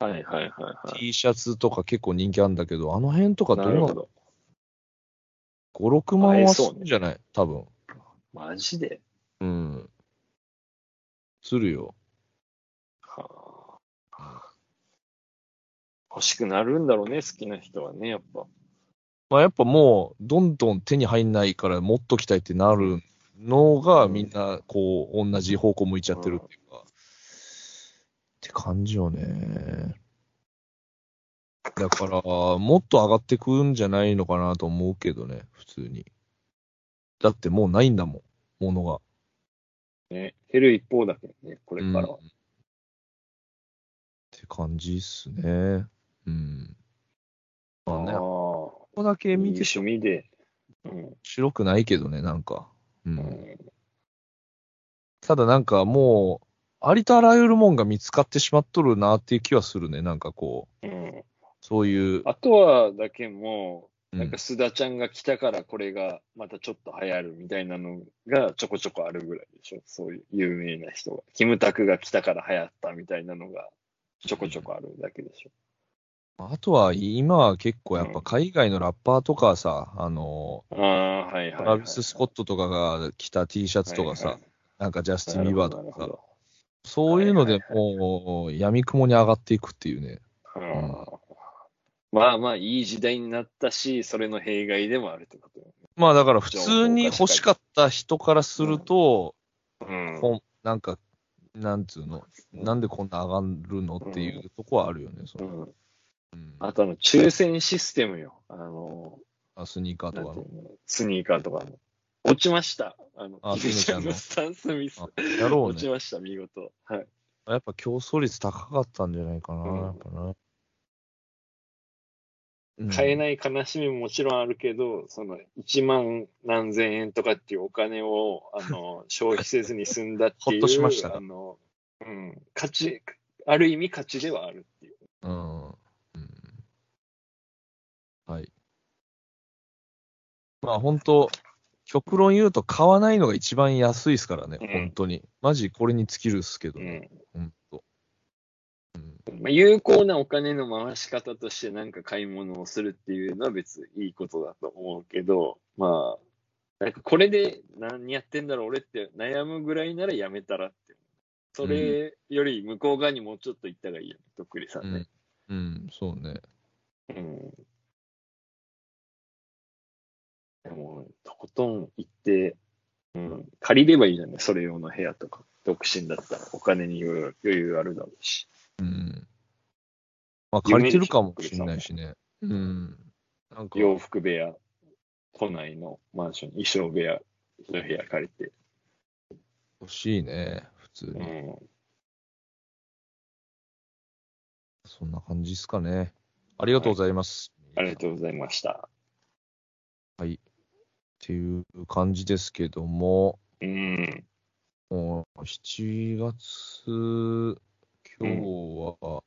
Speaker 2: はいはいはいはい。
Speaker 1: T シャツとか結構人気あるんだけど、あの辺とかど
Speaker 2: な
Speaker 1: うな
Speaker 2: るほ
Speaker 1: の
Speaker 2: ど。
Speaker 1: ?5、6万
Speaker 2: あえ
Speaker 1: はす
Speaker 2: そうね
Speaker 1: るんじゃない多分。
Speaker 2: マジで。
Speaker 1: うん。するよ。
Speaker 2: はあ欲しくなるんだろうね、好きな人はね、やっぱ。
Speaker 1: まあ、やっぱもう、どんどん手に入んないから、持っときたいってなるのが、
Speaker 2: うん
Speaker 1: みんな、こう、同じ方向向いちゃってるっていうか、って感じよね。だから、もっと上がってくんじゃないのかなと思うけどね、普通に。だってもうないんだもん、ものが。
Speaker 2: ね、減る一方だけどね、これからは。
Speaker 1: って感じっすね。うん。まあね、
Speaker 2: ああ
Speaker 1: ここだけ
Speaker 2: いい
Speaker 1: 見て
Speaker 2: 趣味で。うん。
Speaker 1: 白くないけどね、なんか。
Speaker 2: う
Speaker 1: うん
Speaker 2: ん
Speaker 1: ただなんかもう、ありとあらゆるもんが見つかってしまっとるなっていう気はするね。なんかこう、
Speaker 2: うん、
Speaker 1: そういう。
Speaker 2: あとは、だけも、
Speaker 1: うん
Speaker 2: なんか須田ちゃんが来たからこれがまたちょっと流行るみたいなのがちょこちょこあるぐらいでしょ。そういう有名な人が。キムタクが来たから流行ったみたいなのがちょこちょこあるだけでしょ。
Speaker 1: あとは今は結構やっぱ海外のラッパーとかさ、あの、
Speaker 2: ああ、はいはい、はい。
Speaker 1: トラビス・スコットとかが着た T シャツとかさ、
Speaker 2: はいはい
Speaker 1: なんかジャスティン・ビーバーとか
Speaker 2: な
Speaker 1: さ
Speaker 2: る、
Speaker 1: そういうのでもう闇雲に上がっていくっていうね。
Speaker 2: ほどなるほどうんまあまあ、いい時代になったし、それの弊害でもあるってことよ
Speaker 1: まあだから普通に欲しかった人からすると、
Speaker 2: ね。
Speaker 1: こんなんか、なんつうの、なんでこんな上がるのっていうとこはあるよね、そ
Speaker 2: うん。
Speaker 1: の
Speaker 2: うん、
Speaker 1: うん
Speaker 2: あとあの、抽選システムよ。あの、
Speaker 1: あスニーカー
Speaker 2: な
Speaker 1: と
Speaker 2: ん
Speaker 1: か
Speaker 2: てい
Speaker 1: の。
Speaker 2: うのスニーカーとかの。落ちました。あの、
Speaker 1: あ
Speaker 2: キリちゃん
Speaker 1: キリちゃん
Speaker 2: のスタ
Speaker 1: の
Speaker 2: ンスミス。
Speaker 1: あやろう
Speaker 2: 落ち
Speaker 1: ね。
Speaker 2: ました、見事。はい。
Speaker 1: やっぱ競争率高かったんじゃないかな、
Speaker 2: うん
Speaker 1: やっぱな。うん
Speaker 2: 買えない悲しみももちろんあるけど、その1万何千円とかっていうお金をあ の消費せずに済んだっていう、
Speaker 1: ほっとしましたか
Speaker 2: あのうん、価値、ある意味価値ではあるっていう。
Speaker 1: うん。うんはい。まあ本当極論言うと買わないのが一番安いですからね、
Speaker 2: うん
Speaker 1: 本当に。マジこれに尽きるっすけど
Speaker 2: う
Speaker 1: ね、
Speaker 2: ん
Speaker 1: 本当。うん
Speaker 2: まあ、有効なお金の回し方としてなんか買い物をするっていうのは別にいいことだと思うけど、まあ、なんかこれで何やってんだろう俺って悩むぐらいならやめたらって。それより向こう側にもうちょっと行った方がいいよね、とっくりさんね。
Speaker 1: うん、うん、そうね。
Speaker 2: うんでも、とことん行って、うん、借りればいいじゃない、それ用の部屋とか。独身だったらお金に余裕余裕あるだろうし。
Speaker 1: うん。まあ、借りてるかもしんないしね。うん。なんか、
Speaker 2: 洋服部屋、都内のマンション、衣装部屋、一部屋借りて。
Speaker 1: 欲しいね、普通
Speaker 2: う
Speaker 1: に。
Speaker 2: ん。
Speaker 1: そんな感じですかね。ありがとうございます。
Speaker 2: ありがとうございました。
Speaker 1: はい。っていう感じですけども、
Speaker 2: うん。
Speaker 1: もう7月、今日は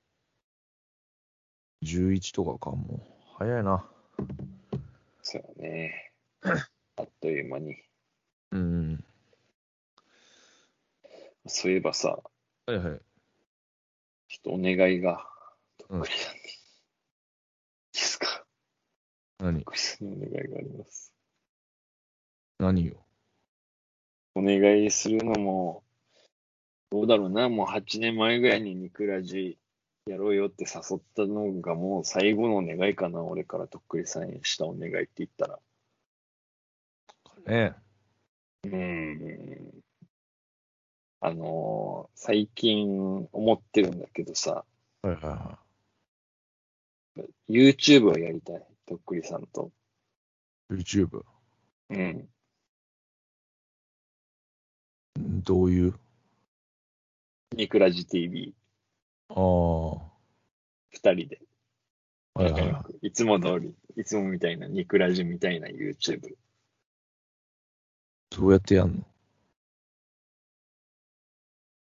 Speaker 1: 11とかか、もう早いな。
Speaker 2: そうだね。あっという間に。
Speaker 1: うん。
Speaker 2: そういえばさ、
Speaker 1: はいはい。
Speaker 2: ちょっとお願いが、
Speaker 1: うん
Speaker 2: とっくりなんで。いいですか
Speaker 1: 何
Speaker 2: クリスにお願いがあります。
Speaker 1: 何よ。
Speaker 2: お願いするのも、どうだろうな、もう8年前ぐらいにニクラジやろうよって誘ったのがもう最後のお願いかな、俺からとっくりさんへしたお願いって言ったら。
Speaker 1: ね
Speaker 2: うーん。あのー最近思ってるんだけどさ、
Speaker 1: はいはいは
Speaker 2: YouTube をやりたい、とっくりさんと。
Speaker 1: い。YouTube。
Speaker 2: うん。
Speaker 1: どういう
Speaker 2: ニクラジ TV、
Speaker 1: ああ。は
Speaker 2: 二人で。
Speaker 1: いはいはい。
Speaker 2: いつも通り、いつもみたいな、ニクラジみたいな YouTube。
Speaker 1: どうやってやんの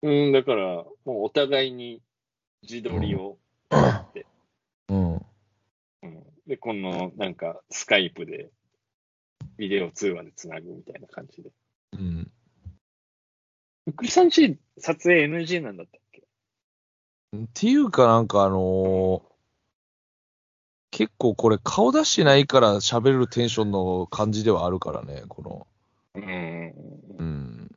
Speaker 2: うん、だから、もうお互いに自撮りをやって、
Speaker 1: うん。
Speaker 2: で、この、なんか、スカイプで、ビデオ通話でつなぐみたいな感じで。
Speaker 1: うん。
Speaker 2: クリさんち、撮影 NG なんだったっけ
Speaker 1: っていうかなんかあのー結構これ顔出してないから喋るテンションの感じではあるからね、この。
Speaker 2: うん
Speaker 1: うん。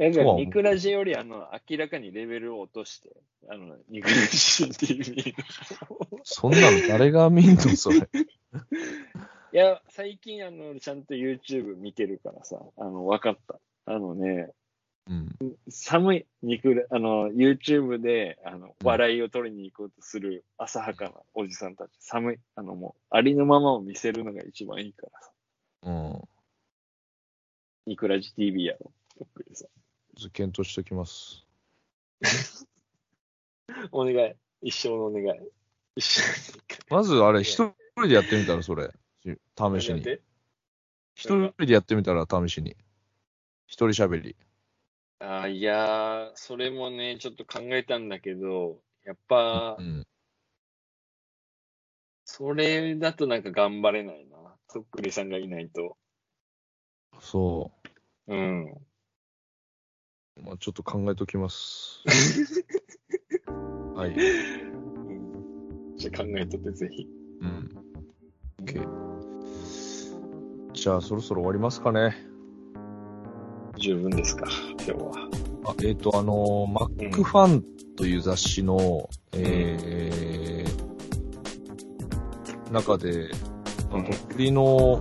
Speaker 2: え、じゃ
Speaker 1: そう
Speaker 2: あ、ニクラジより、あの、明らかにレベルを落として、あの、ニクラジ TV の。
Speaker 1: そんなの誰が見んの、そ
Speaker 2: い
Speaker 1: れ。
Speaker 2: や、最近、あの、ちゃんと YouTube 見てるからさ、あの、わかった。あのね、
Speaker 1: うん。
Speaker 2: 寒い、肉で、あの、YouTube で、あの、笑いを取りに行こうとする浅はかなおじさんたち、寒い、あの、もう、ありのままを見せるのが一番いいからさ、
Speaker 1: うん。
Speaker 2: ニクラジ TV やろ。とっくりさ
Speaker 1: ちょっと検討しときます。
Speaker 2: んお願い。一生のお願い。一生の
Speaker 1: まずあれ、一人でやってみたら、それ。し
Speaker 2: お願い。
Speaker 1: 試しに。
Speaker 2: やって
Speaker 1: 一人でやってみたら、試しに。一人喋り。
Speaker 2: あーいやー、それもね、ちょっと考えたんだけど、やっぱ
Speaker 1: う、ん。
Speaker 2: それだとなんか頑張れないな。とっくりさんがいないと。
Speaker 1: そ
Speaker 2: うん。
Speaker 1: う。まあ、ちょっと考えと きます。はい。
Speaker 2: じゃあ考えとってぜひ。
Speaker 1: うん。OK。じゃあ、そろそろ終わりますかね。
Speaker 2: 十分ですか、今日は。
Speaker 1: あえっ、と、あのー、Mac ファンという雑誌の、えー、中で、
Speaker 2: うん
Speaker 1: 鳥の、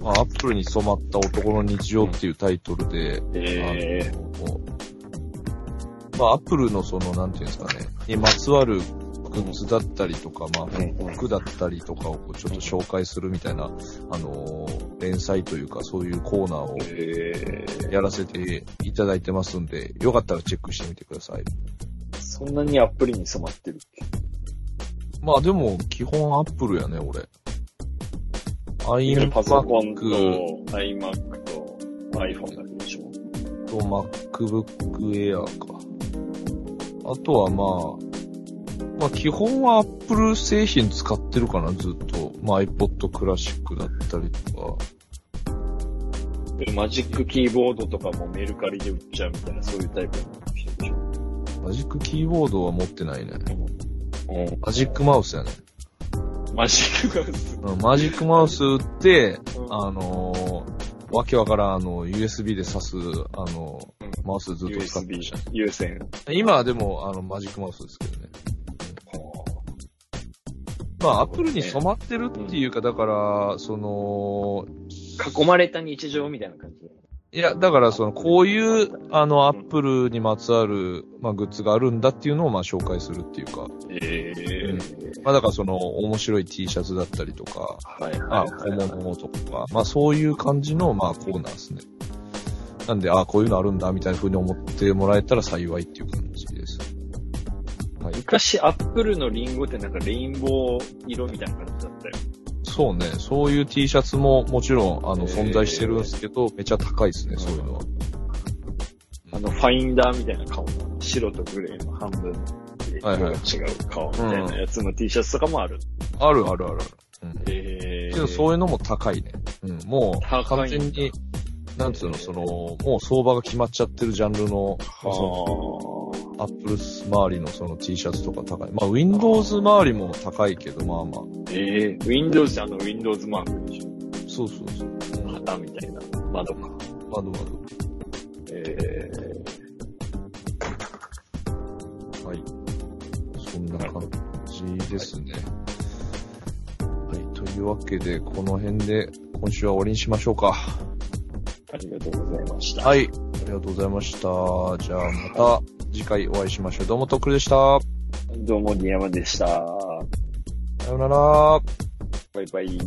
Speaker 1: まあ、アップルに染まった男の日常っていうタイトルで、
Speaker 2: ええ
Speaker 1: まあ、アップルのその、なんていうんですかね、にまつわるグッズだったりとか、まあ、服だったりとかをこうちょっと紹介するみたいな、あのー連載というか、そういうコーナーを
Speaker 2: ええ
Speaker 1: やらせていただいてますんで、よかったらチェックしてみてください。
Speaker 2: そんなにアップルに染まってるっけ
Speaker 1: まあでも、基本アップルやね、俺。iMac
Speaker 2: パソコンと
Speaker 1: と
Speaker 2: iMac と iPhone だけでしょ。
Speaker 1: MacBook Air か。あとはまあ、まあ基本は Apple 製品使ってるかな、ずっと。まあ iPod クラシックだったりとか。
Speaker 2: でマジックキーボードとかもメルカリで売っちゃうみたいな、そういうタイプの人でしょ。
Speaker 1: マジックキーボードは持ってないね。
Speaker 2: うん
Speaker 1: マジックマウスやね。
Speaker 2: マジックガス。
Speaker 1: うんマジックマウス売って、あのー、わけわからん、あの、USB で挿す、あのー
Speaker 2: う
Speaker 1: マウスずっと使ってま
Speaker 2: USB
Speaker 1: し
Speaker 2: 優先。
Speaker 1: た。今はでも、あの、マジックマウスですけどね。まあ、アップルに染まってるっていうか、だから、その、
Speaker 2: 囲まれた日常みたいな感じ。
Speaker 1: いや、だから、その、こういう、あの、アップルにまつわる、まあ、グッズがあるんだっていうのを、まあ、紹介するっていうか、
Speaker 2: ええ
Speaker 1: まあ、だから、その、面白い T シャツだったりとか、
Speaker 2: はい
Speaker 1: あ、
Speaker 2: はいはい
Speaker 1: 小物とか、まあそういう感じの、まあコーナーですね。なんで、あこういうのあるんだ、みたいな風に思ってもらえたら幸いっていう感じです。
Speaker 2: 昔アップルのリンゴってなんかレインボー色みたいな感じだったよ。
Speaker 1: そうね、そういう T シャツももちろんあの
Speaker 2: へー
Speaker 1: 存在してるんですけど、めちゃ高いですね、そういうのは。
Speaker 2: あの、ファインダーみたいな顔の白とグレーの半分で色
Speaker 1: はい
Speaker 2: が
Speaker 1: はい
Speaker 2: 違う顔みたいなやつの T シャツとかもある。
Speaker 1: あるあるあるある。うん
Speaker 2: へ
Speaker 1: けどそういうのも高いね。うん、もう
Speaker 2: 高
Speaker 1: 完
Speaker 2: いんだ
Speaker 1: 全に、なんつうの、その、もう相場が決まっちゃってるジャンルの、
Speaker 2: あ
Speaker 1: そ
Speaker 2: ー
Speaker 1: のアップル周りのその T シャツとか高い。まあ Windows 周りも高いけど、まあまあ。
Speaker 2: えー、Windows ってあの Windows マークでしょ。
Speaker 1: そうそうそう。うん
Speaker 2: 旗みたいな窓か。
Speaker 1: まだま
Speaker 2: え
Speaker 1: だ。はい。そんな感じですね。はい。というわけで、この辺で今週は終わりにしましょうか。
Speaker 2: ー、ありがとうございました。
Speaker 1: はい。ありがとうございました。じゃあまた次回お会いしましょう。どうも、とっくるでした。
Speaker 2: どうも、ディアマでした。
Speaker 1: さようなら。
Speaker 2: バイバイ。